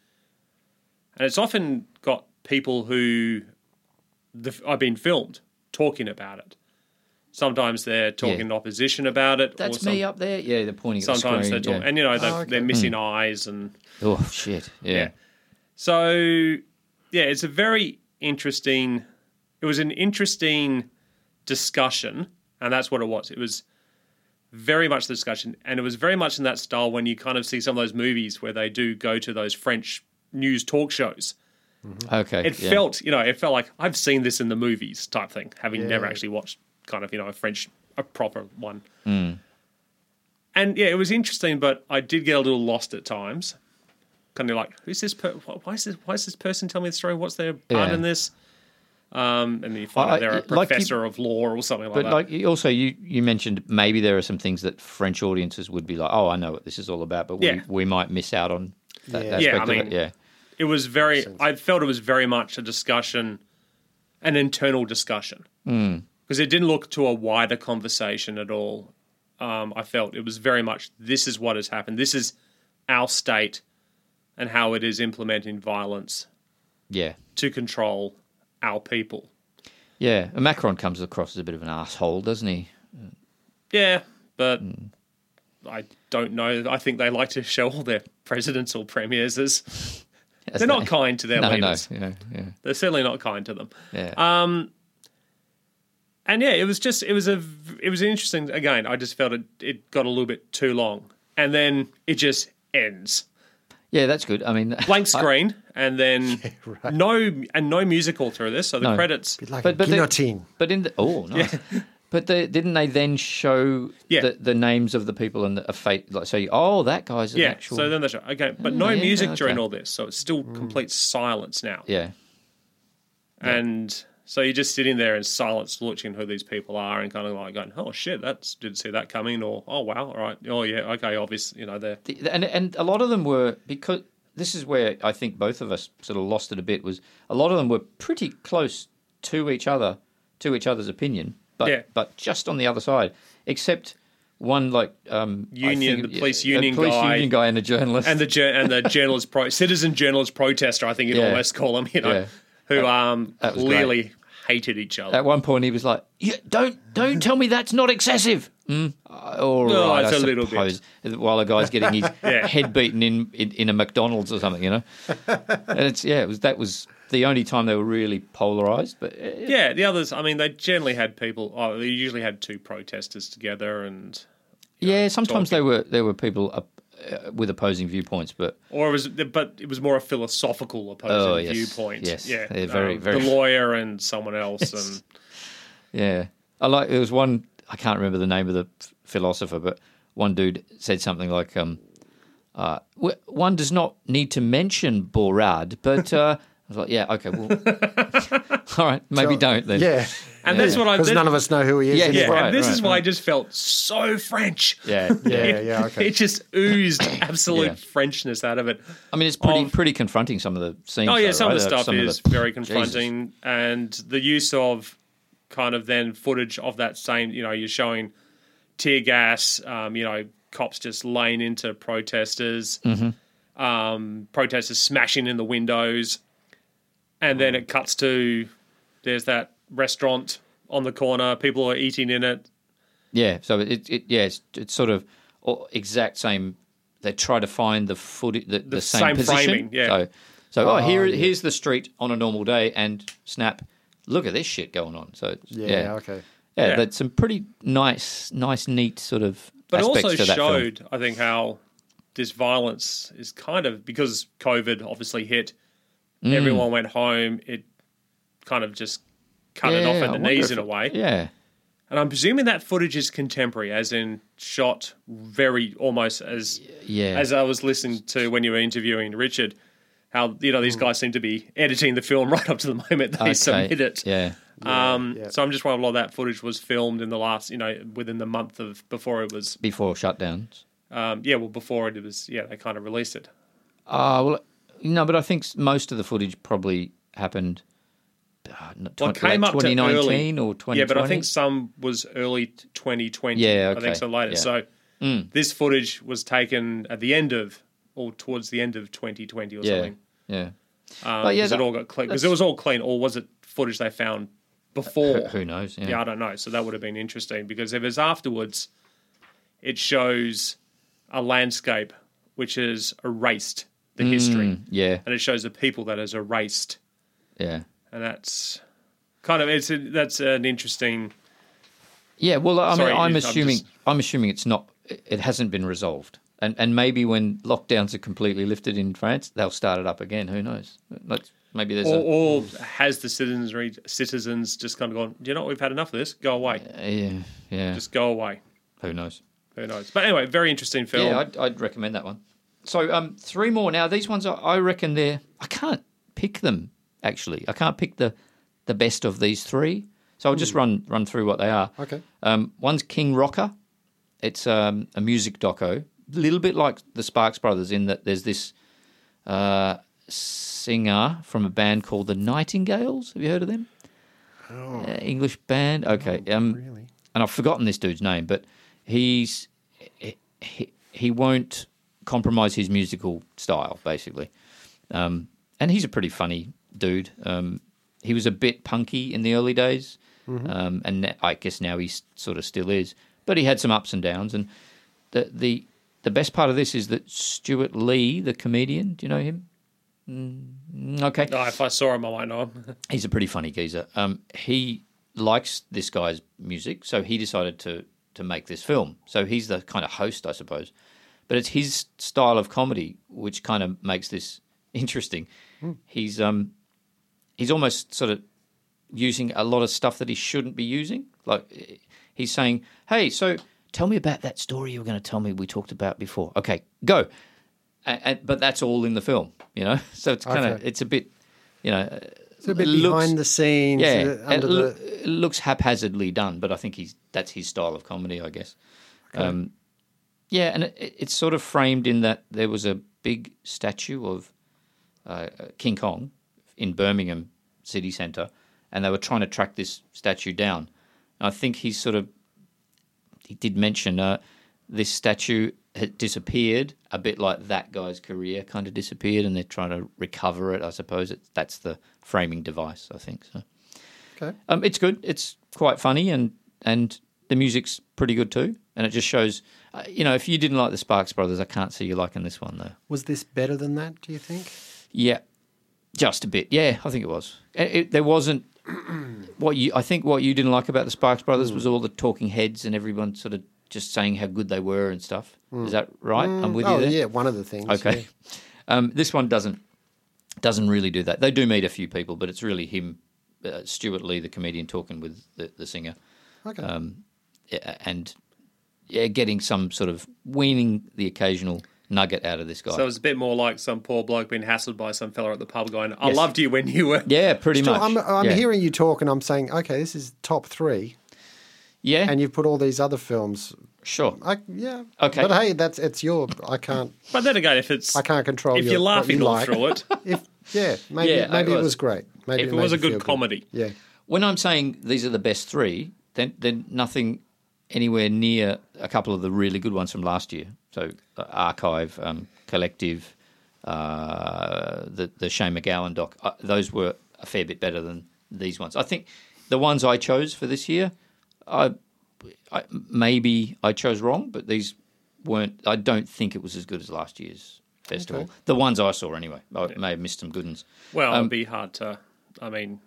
C: And it's often got people who the, are being filmed talking about it. Sometimes they're talking in opposition about it.
B: That's
C: or some-
B: me up there. Yeah, they're pointing at the screen.
C: Sometimes they're talking,
B: yeah.
C: and you know they're, they're missing eyes and
B: oh shit. Yeah.
C: Yeah. so yeah, it's a very interesting. It was an interesting discussion, and that's what it was. It was very much the discussion, and it was very much in that style when you kind of see some of those movies where they do go to those French news talk shows.
B: Okay.
C: It
B: yeah.
C: felt, you know, it felt like I've seen this in the movies type thing, having never actually watched kind of, you know, a French, a proper one.
B: Mm.
C: And yeah, it was interesting, but I did get a little lost at times. Kind of like, who's this? Per- wh- why is this? Why is this person telling me the story? What's their part
B: Yeah.
C: in this? Um, and then you find
B: Well,
C: out they're
B: I-
C: a
B: like you-
C: professor of law or something like
B: But
C: that.
B: like you- also, you you mentioned maybe there are some things that French audiences would be like, oh, I know what this is all about, but
C: Yeah.
B: we, we might miss out on that
A: Yeah.
B: aspect
C: Yeah, I
B: of
C: mean-
B: it. Yeah.
C: it was very i felt it was very much a discussion an internal discussion
B: Mm.
C: because it didn't look to a wider conversation at all um, i felt it was very much this is what has happened this is our state and how it is implementing violence
B: Yeah.
C: to control our people
B: Yeah. And Macron comes across as a bit of an asshole, doesn't he?
C: yeah but
B: Mm.
C: i don't know i think they like to show all their presidents or premiers as they're not kind to their
B: No, no.
C: leaders
B: Yeah. Yeah.
C: they're certainly not kind to them
B: yeah.
C: Um, and yeah, it was just it was a v- it was interesting. Again, I just felt it it got a little bit too long, and then it just ends
B: yeah. That's good. I mean,
C: blank screen, and then no and no music all through this. So the
B: No.
C: credits,
A: Like
B: But-
A: a
B: but they-
A: guillotine.
B: But in the oh, nice. But they, didn't they then show
C: Yeah.
B: the, the names of the people and the, a fate? Like, so you, oh, that guy's an
C: yeah.
B: actual.
C: So then they show okay, but no
B: yeah,
C: music
B: okay.
C: during all this. So it's still complete silence now,
B: yeah,
C: and so you're just sitting there in silence, looking who these people are, and kind of like going, "Oh shit, that's didn't see that coming," or "Oh wow, all right, oh yeah, okay, obvious, you know, they're
B: The- and and a lot of them were because this is where I think both of us sort of lost it a bit. Was a lot of them were pretty close to each other, to each other's opinion, but
C: Yeah.
B: but just on the other side, except one like um, I
C: Union,
B: think-
C: the police
B: a
C: union
B: police
C: guy.
B: union guy, and a journalist,
C: and the jour- and the journalist pro citizen journalist protester, I think you'd
B: Yeah.
C: almost call him, you know,
B: Yeah.
C: who um
B: that was
C: clearly hated each other.
B: At one point, he was like, yeah, "Don't, don't tell me that's not excessive." Mm, uh, all
C: No,
B: right,
C: it's
B: I
C: a little bit.
B: bit. While a guy's getting his
C: Yeah.
B: head beaten in, in in a McDonald's or something, you know. and it's yeah, it was that was the only time they were really polarized. But uh,
C: yeah, the others, I mean, they generally had people. Oh, they usually had two protesters together, and
B: yeah, sometimes they were there were people up, uh, with opposing viewpoints, but
C: or it was, but it was more a philosophical opposing
B: Oh, yes,
C: viewpoint.
B: yes.
C: yeah, Um,
B: They're very- very-
C: the lawyer and someone else, and
B: Yeah, I like. There was one. I can't remember the name of the f- philosopher, but one dude said something like, um, uh, w- "One does not need to mention Borad," but uh, I was like, "Yeah, okay, well, all right, maybe don't then."
A: Yeah,
C: and that's what I
A: because
C: did.
A: none of us know who he is.
B: Yeah,
A: anyway.
C: yeah,
B: Right,
C: and this
B: right,
C: is why I just felt so French.
B: yeah, yeah.
A: yeah, yeah. Okay.
C: It just oozed absolute
B: Yeah.
C: Frenchness out of it.
B: I mean, it's pretty
C: Of-
B: pretty confronting. Some of the scenes.
C: Oh yeah,
B: though,
C: some of
B: right?
C: the stuff
B: Some of
C: is
B: the-
C: very
B: Jesus.
C: confronting, and the use of kind of then footage of that same, you know, you're showing tear gas, um, you know, cops just laying into protesters,
B: Mm-hmm.
C: um, protesters smashing in the windows, and
B: Mm.
C: then it cuts to there's that restaurant on the corner, people are eating in it.
B: Yeah, so it, it yeah, it's, it's sort of all- exact same. They try to find the footage, the, the, same,
C: same
B: position.
C: framing, yeah.
B: So, so oh, here here's the street on a normal day, and snap, look at this shit going on. So
A: yeah,
B: yeah,
A: Okay.
B: yeah,
C: Yeah.
B: that's some pretty nice, nice, neat sort of
C: But
B: aspects
C: also
B: to that film.
C: showed, I think, how this violence is kind of because COVID obviously hit,
B: Mm.
C: everyone went home. It kind of just cut it
B: Yeah,
C: off at
B: I
C: the
B: wonder
C: knees
B: if-
C: in a way.
B: Yeah,
C: And I'm presuming that footage is contemporary, as in shot very almost as
B: yeah,
C: as I was listening to when you were interviewing Richard. How you know these guys seem to be editing the film right up to the moment they
B: Okay,
C: submit it.
B: Yeah,
C: Um,
A: yeah.
C: So I'm just wondering a lot of that footage was filmed in the last, you know, within the month of before it was
B: before shutdowns.
C: um, yeah, well, before it was, yeah, they kind of released it.
B: Uh, Ah, well, no, but I think s- most of the footage probably happened uh, not
C: Well, it
B: 20
C: came
B: like
C: up to
B: 2019 or 2020.
C: Yeah, but I think some was early 2020.
B: Yeah,
C: I
B: okay,
C: think so later.
B: yeah. Mm.
C: So this footage was taken at the end of or towards the end of 2020 or
B: yeah,
C: something.
B: yeah.
C: Um,
B: But yeah,
C: 'cause
B: that-
C: it all got clean because it
B: that's-
C: was all clean, or was it footage they found before?
B: Who knows? Yeah.
C: Yeah, I don't know. So that would have been interesting because if it's afterwards, it shows a landscape which has erased the history,
B: Mm, yeah,
C: and it shows the people that has erased
B: yeah.
C: and that's kind of it's a, that's an interesting
B: Yeah, well, I mean,
C: Sorry,
B: I'm
C: I'm
B: assuming
C: just-
B: I'm assuming it's not. It hasn't been resolved, and and maybe when lockdowns are completely lifted in France, they'll start it up again. Who knows? Let's- maybe there's
C: or,
B: a
C: or has the citizenry citizens just kind of gone you know what, we've had enough of this go away
B: yeah, yeah.
C: just go away
B: who knows?
C: who knows but anyway very interesting film
B: Yeah, I'd, I'd recommend that one. So um, three more now. These ones, I, I reckon they're. I can't pick them actually. I can't pick the the best of these three. So I'll just run run through what they are.
A: Okay.
B: Um, one's King Rocker. It's um, a music doco, a little bit like the Sparks Brothers in that there's this uh, singer from a band called the Nightingales. Have you heard of them? Uh, English band. Okay. um, And I've forgotten this dude's name, but he's he, he, he won't compromise his musical style, basically. Um, and he's a pretty funny dude. Um, he was a bit punky in the early days, um, and na- I guess now he s- sort of still is. But he had some ups and downs. And the the the best part of this is that Stuart Lee, the comedian, do you know him? Mm, okay,
C: Oh, if i saw him i might know him
B: he's a pretty funny geezer. Um, he likes this guy's music, so he decided to to make this film. So he's the kind of host, I suppose. But it's his style of comedy which kind of makes this interesting. He's um he's almost sort of using a lot of stuff that he shouldn't be using. Like eh, he's saying, "Hey, so tell me about that story you were going to tell me we talked about before." Okay, go. And, and, but that's all in the film, you know. So it's kind of
A: Okay.
B: it's a bit, you know, eh,
A: It's a bit
B: it looks-
A: behind the scenes.
B: yeah,
A: uh,
B: it,
A: under
B: loo-
A: the,
B: it looks haphazardly done, but I think he's that's his style of comedy, I guess. Um, yeah, and it, it's sort of framed in that there was a big statue of uh, King Kong in Birmingham city centre, and they were trying to track this statue down. And I think he's sort of he did mention uh, this statue had disappeared, a bit like that guy's career kind of disappeared, and they're trying to recover it. I suppose it, that's the framing device. I think so.
A: Okay.
B: Um, it's good. It's quite funny, and and the music's pretty good too. And it just shows, uh, you know, if you didn't like the Sparks Brothers, I can't see you liking this one though.
A: was this better than that? Do you think?
B: Yeah, just a bit. Yeah, I think it was. It, it- there wasn't what you. I think what you didn't like about the Sparks Brothers was all the talking heads and everyone sort of just saying how good they were and stuff. Is that right? I'm with
A: Mm. oh
B: you there.
A: yeah, one of the things.
B: Okay. Um, this one doesn't doesn't really do that. They do meet a few people, but it's really him, uh, Stuart Lee, the comedian, talking with the, the singer,
A: yeah. Okay.
B: yeah, and yeah, getting some sort of weaning the occasional nugget out of this guy.
C: so it was a bit more like some poor bloke being hassled by some fella at the pub going i
B: Yes.
C: loved you when you were
B: yeah, pretty
A: So
B: much.
A: I'm, I'm
B: yeah.
A: hearing you talk, and I'm saying, okay, this is top three,
B: Yeah,
A: and you've put all these other films.
B: sure.
A: I, yeah.
B: Okay.
A: But hey, that's it's your. I can't.
C: but then again if it's
A: I can't control.
C: if
A: your,
C: you're
A: what
C: laughing
A: you
C: all
A: like.
C: through it
A: If yeah, maybe
B: Yeah,
A: maybe
B: it
A: it
B: was.
A: was, great. Maybe
C: if it
A: made
C: was a
A: you feel
C: good comedy
A: Yeah.
B: When I'm saying these are the best three, then then nothing anywhere near a couple of the really good ones from last year. So uh, Archive, um, Collective, uh, the the Shane McGowan doc. Uh, those were a fair bit better than these ones. I think the ones I chose for this year, I, I maybe I chose wrong, but these weren't. I don't think it was as good as last year's festival. The ones I saw anyway. I may have missed some good ones.
C: well
A: Um,
C: it'd be hard to i mean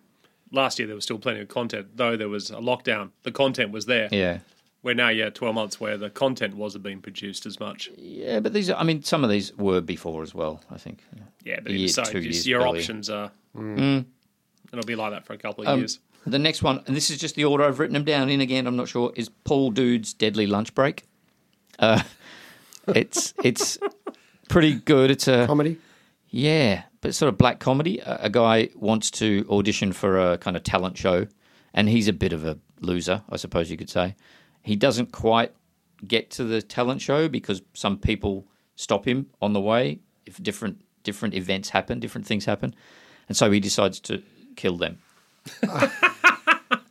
C: last year there was still plenty of content though there was a lockdown the content was there
B: Yeah.
C: We're now, yeah, 12 months where the content wasn't being produced as much.
B: Yeah, but these are, I mean, some of these were before as well, I think.
C: Yeah, but
B: A
C: even
B: year,
C: so,
B: two
C: just
B: years
C: your
B: earlier.
C: options are.
A: Mm.
C: Mm. It'll be like that for a couple
A: Um,
C: of years.
B: The next one, and this is just the order I've written them down in again, I'm not sure, is Paul Dude's Deadly Lunch Break. Uh, it's it's pretty good. It's a
A: Comedy.
B: Yeah, but sort of black comedy. A, a guy wants to audition for a kind of talent show, and he's a bit of a loser, I suppose you could say. He doesn't quite get to the talent show because some people stop him on the way if different different events happen, different things happen, and so he decides to kill them.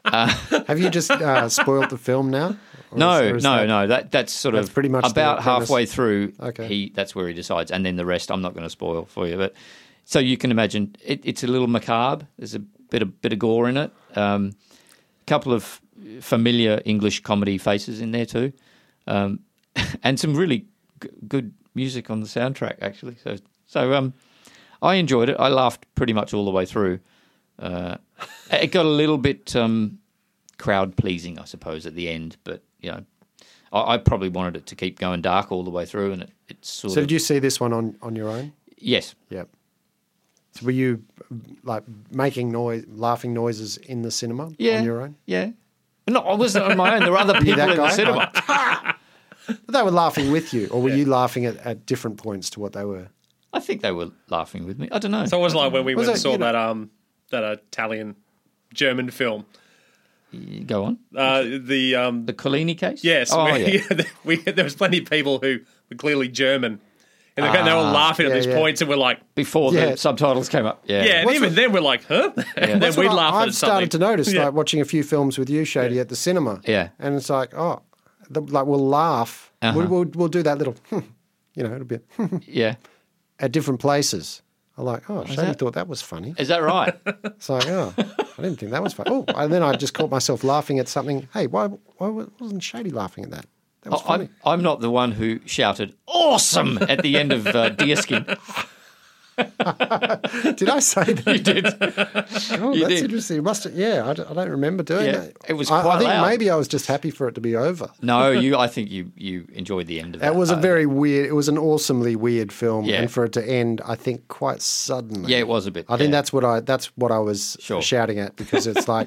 A: Have you just uh, spoiled the film now? Or
B: no,
A: is- or is
B: no,
A: that-
B: no. That that's sort
A: That's
B: of
A: pretty much the
B: about
A: premise.
B: halfway through.
A: Okay.
B: He that's where he decides, and then the rest I'm not going to spoil for you. But so you can imagine, it, it's a little macabre. There's a bit of bit of gore in it. A um, couple of familiar English comedy faces in there too, um, and some really g- good music on the soundtrack actually. So so um, I enjoyed it. I laughed pretty much all the way through. Uh, it got a little bit um, crowd pleasing, I suppose, at the end. But you know, I, I probably wanted it to keep going dark all the way through, and it, it sort
A: So
B: of
A: did you see this one on, on your own?
B: yes,
A: Yep. So were you like making noise, laughing noises in the cinema
B: yeah,
A: on your own?
B: yeah. No, I wasn't on my own. There were other people
A: that
B: in the
A: guy?
B: cinema.
A: But they were laughing with you, or were you laughing at, at different points to what they were?
B: I think they were laughing with me. I don't know.
C: So it was like when we
A: Was
C: went and
A: it,
C: saw
A: you know-
C: that um that Italian German film.
B: Go on.
C: Uh, the um
B: The Collini case.
C: yes,
B: Oh,
C: we,
B: yeah.
C: we, there was plenty of people who were clearly German, and they, they were laughing at
A: Ah, yeah,
C: these
A: yeah.
C: points, and we're like,
B: Before
A: Yeah.
B: the subtitles came up. Yeah.
C: yeah, and
A: What's
C: even
A: what-
C: then we're like, huh? and then
A: That's
C: we
A: what
C: laugh
A: I,
C: at
A: I've started
C: something.
A: to notice,
C: Yeah.
A: like watching a few films with you, Shady, at the cinema.
B: Yeah.
A: And it's like, oh, the, like we'll laugh. We'll, we'll, we'll do that little, hmm, you know, it'll be
B: Yeah.
A: at different places. I'm like, oh, Shady
B: that-
A: thought that was funny.
B: Is that right?
A: It's like, oh, I didn't think that was funny. Oh, and then I just caught myself laughing at something. Hey, why, why wasn't Shady laughing at that? That was
B: I-
A: funny.
B: I'm, I'm not the one who shouted "awesome" at the end of uh, Deerskin.
A: Did I say that?
B: You did.
A: Oh,
B: You
A: that's
B: did.
A: interesting. You must have, yeah, I don't, I don't remember doing
B: Yeah,
A: that.
B: it was
A: I- I,
B: quite
A: think
B: loud.
A: maybe I was just happy for it to be over.
B: No, you. I think you you enjoyed the end of that.
A: That was a
B: Uh,
A: very weird. It was an awesomely weird film,
B: Yeah.
A: and for it to end, I think quite suddenly.
B: Yeah, it was a bit,
A: I think
B: yeah.
A: that's what I that's what I was
B: Sure.
A: shouting at because it's like,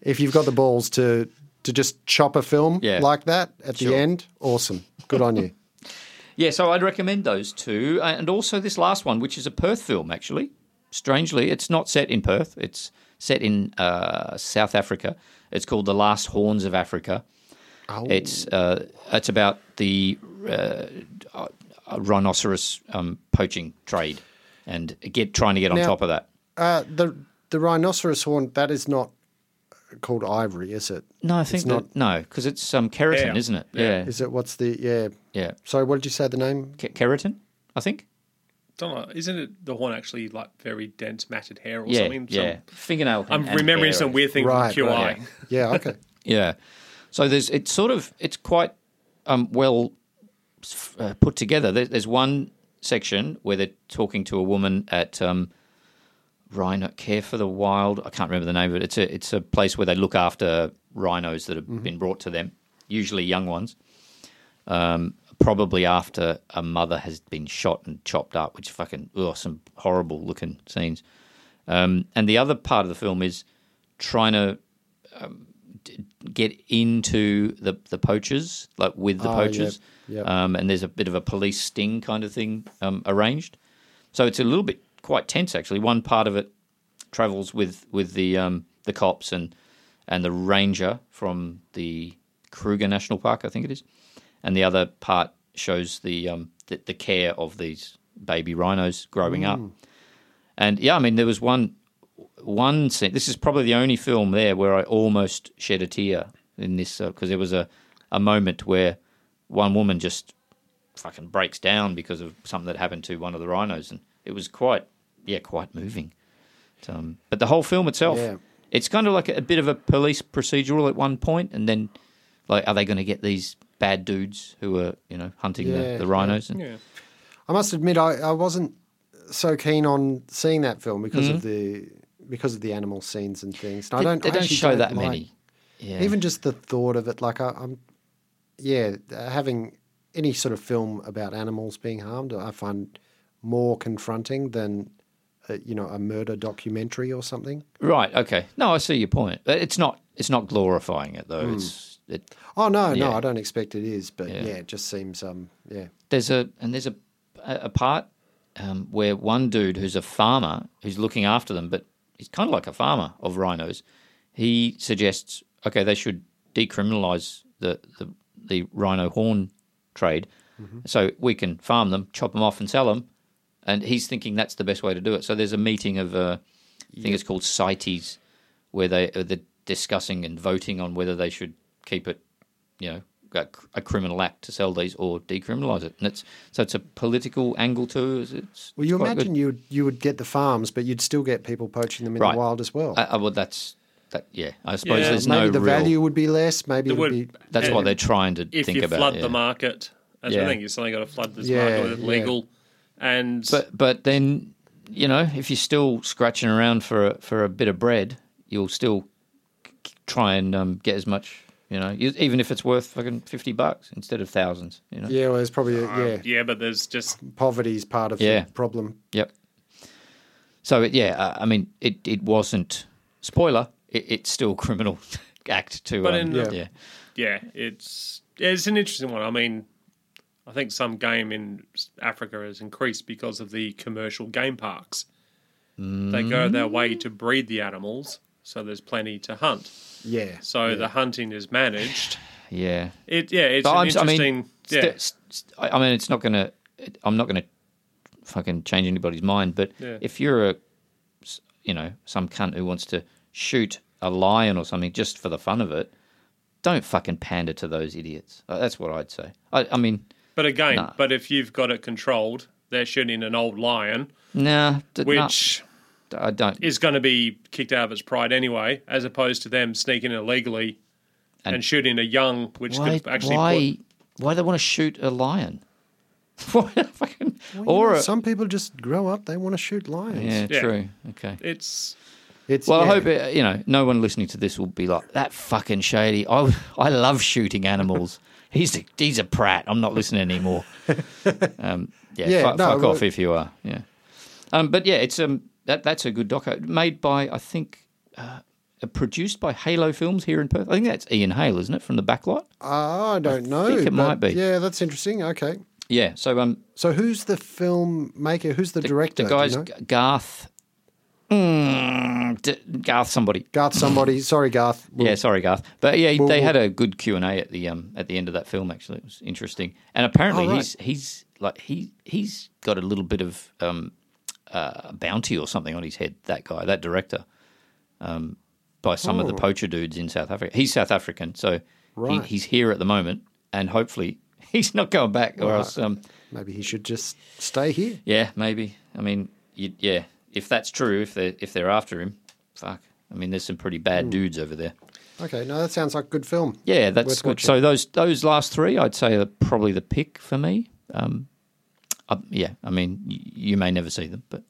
A: if you've got the balls to to just chop a film
B: Yeah.
A: like that at
B: Sure.
A: the end, awesome, good on you.
B: yeah. So I'd recommend those two, Uh, and also this last one, which is a Perth film. Actually, strangely, it's not set in Perth. It's set in uh, South Africa. It's called The Last Horns of Africa.
A: Oh.
B: It's uh, it's about the uh, uh, rhinoceros um, poaching trade, and get trying to get on
A: Now-
B: top of that.
A: Uh, the the rhinoceros horn that is not called ivory, is it?
B: No, I think
A: it's not.
B: that, no, because it's um, keratin,
C: Yeah.
B: isn't it? Yeah, yeah.
A: Is it what's the yeah? Sorry, what did you say the name?
B: Ke- keratin, I think.
C: Don't know, isn't it the horn actually like very dense matted hair or
B: yeah,
C: something? Some-
B: yeah. Fingernail.
C: I'm
B: and- and
C: remembering
B: hair, I
C: some weird thing
A: Right,
C: from QI.
A: right. Yeah, okay.
B: Yeah. So there's it's sort of it's quite um, well uh, put together. There, there's one section where they're talking to a woman at um, Rhino Care for the Wild. I can't remember the name of it. It's a it's a place where they look after rhinos that have been brought to them, usually young ones. Um, probably after a mother has been shot and chopped up, which fucking oh, some horrible looking scenes. Um, and the other part of the film is trying to um, get into the the poachers, like with the
A: Ah, yep,
B: poachers.
A: yep.
B: Um, and there's a bit of a police sting kind of thing um, arranged. So it's a little bit quite tense actually. One part of it travels with with the um, the cops and and the ranger from the Kruger National Park, I think it is, and the other part shows the um, the, the care of these baby rhinos growing
A: Mm.
B: up. And yeah, I mean, there was one one scene. This is probably the only film there where I almost shed a tear in this because there was a a moment where one woman just fucking breaks down because of something that happened to one of the rhinos, and it was quite yeah quite moving. But, um, but the whole film itself,
A: Yeah.
B: it's kind of like a, a bit of a police procedural at one point, and then like, are they going to get these bad dudes who are you know hunting
A: Yeah,
B: the, the rhinos? And,
C: Yeah.
A: I must admit, I, I wasn't so keen on seeing that film because of the because of the animal scenes and things. And
B: Hmm.
A: I
B: They,
A: don't.
B: they
A: I
B: don't
A: actually
B: show
A: don't
B: that
A: like-
B: many. Yeah.
A: Even just the thought of it, like I, I'm, yeah, having any sort of film about animals being harmed, I find more confronting than, uh, you know, a murder documentary or something.
B: Right. Okay. No, I see your point. But It's not. It's not glorifying it
A: Hmm.
B: though. It's. It,
A: Oh no,
B: Yeah.
A: no, I don't expect it is, but
B: Yeah.
A: yeah, it just seems, um, yeah,
B: there's a and there's a a part um, where one dude who's a farmer who's looking after them, but he's kind of like a farmer of rhinos. He suggests, okay, they should decriminalize the the, the rhino horn trade, so we can farm them, chop them off, and sell them. And he's thinking that's the best way to do it. So there's a meeting of, uh, I think it's called CITES, where they uh, they're discussing and voting on whether they should keep it, you know, a, cr- a criminal act to sell these or decriminalise it. And it's so it's a political angle too. It's, it's
A: Well, you
B: quite good.
A: imagine you would- you would get the farms, but you'd still get people poaching them in
B: Right.
A: the wild as well.
B: Uh, uh, well, that's that. Yeah, I suppose
C: Yeah.
B: there's
A: maybe
B: no
A: the
B: real.
A: value would be less. Maybe it
C: There
A: would
C: would-
A: be.
B: That's why
C: And
B: they're trying to
C: if
B: think
C: you
B: about.
C: flood
B: yeah.
C: the market. That's
B: Yeah.
C: the thing. You suddenly got to flood this
A: Yeah,
C: market with
A: yeah.
C: legal and
B: But but then you know if you're still scratching around for a, for a bit of bread, you'll still k- k- try and um, get as much. You know, e- even if it's worth fucking fifty bucks instead of thousands. You know.
A: Yeah, well, there's probably yeah.
C: yeah, but there's just
A: Poverty is part of
B: Yeah.
A: the problem.
B: Yep. So it, yeah, uh, I mean, it it wasn't spoiler. It, it's still criminal act to.
C: But
B: um,
C: in-
B: yeah.
A: Yeah.
C: yeah, it's it's an interesting one. I mean, I think some game in Africa has increased because of the commercial game parks. They go
B: Mm.
C: their way to breed the animals, so there's plenty to hunt.
A: Yeah.
C: So the hunting is managed.
B: yeah.
C: It yeah, it's
B: But
C: an
B: I'm, I
C: interesting.
B: mean,
C: yeah,
B: st- st- st- I I mean, it's not gonna. it- I'm not gonna fucking change anybody's mind. But
C: Yeah.
B: if you're a, s- you know, some cunt who wants to shoot a lion or something just for the fun of it, don't fucking pander to those idiots. Uh, That's what I'd say. I, I mean,
C: but again,
B: nah.
C: but if you've got it controlled, they're shooting an old lion,
B: nah, d- nah,
C: which.
B: I don't.
C: is going to be kicked out of its pride anyway, as opposed to them sneaking illegally and,
B: And-
C: shooting a young, which
B: why?
C: could actually
B: Why? Why they want to shoot a lion? Why the fucking or a,
A: some people just grow up; they want to shoot lions.
B: yeah,
C: Yeah.
B: true. Okay.
C: put it's
A: It's,
B: Well,
A: yeah.
B: I hope uh you know no one listening to this will be like that fucking shady. I I love shooting animals. he's a, he's a prat. I'm not listening anymore. um, yeah,
A: Yeah,
B: fu-
A: no,
B: fuck
A: well-
B: off if you are. Yeah, um, but yeah, it's um that that's a good doco made by I think uh, produced by Halo Films here in Perth. I think that's Ian Hale, isn't it, from the backlot?
A: Ah, I don't know.
B: think it
A: but
B: might be.
A: Yeah, that's interesting. Okay.
B: Yeah. So um,
A: So who's the filmmaker? Who's the,
B: the,
A: director?
B: the
A: do you
B: guy's
A: know?
B: G- Garth. Mm, D- Garth somebody.
A: Garth somebody. Sorry, Garth. We'll-
B: Yeah, sorry, Garth. But yeah,
A: Well-
B: they had a good Q and A at the um at the end of that film. Actually, it was interesting. And apparently,
A: Oh, right.
B: he's he's like he he's got a little bit of um uh, bounty or something on his head. That guy, that director, um, by some of the poacher dudes in South Africa. He's South African, so
A: Oh. Right.
B: he, he's here at the moment, and hopefully he's not going back, or else um
A: Maybe he should just stay here.
B: yeah, maybe. I mean, you, yeah, if that's true, if they are if they're after him, fuck. I mean, there's some pretty
A: Hmm.
B: bad dudes over there.
A: Okay. No, that sounds like a good film.
B: Yeah, that's
A: Worth
B: good.
A: watching.
B: So those those last three, I'd say, are probably the pick for me. Um, uh, yeah, I mean, y- you may never see them, but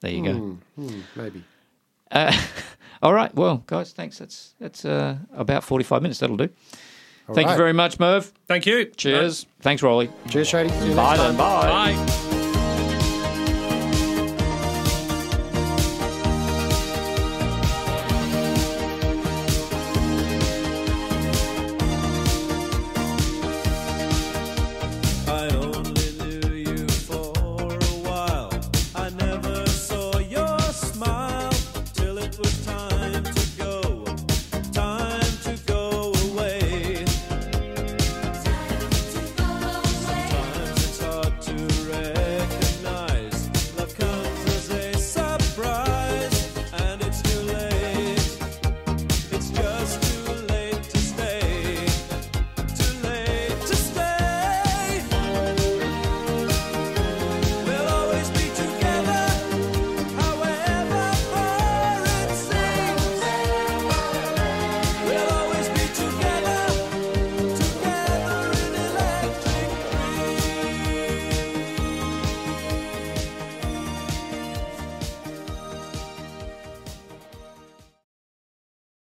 B: there you go. Uh,
A: Hmm, maybe.
B: All right, well, guys, thanks. That's that's uh, about forty five minutes. That'll do.
A: All
B: Thank
A: right.
B: you very much, Merv.
C: thank you.
B: Cheers. Thanks, Rolly.
A: Cheers, Shady. See you next
B: Bye
A: time.
B: then. Bye.
C: Bye.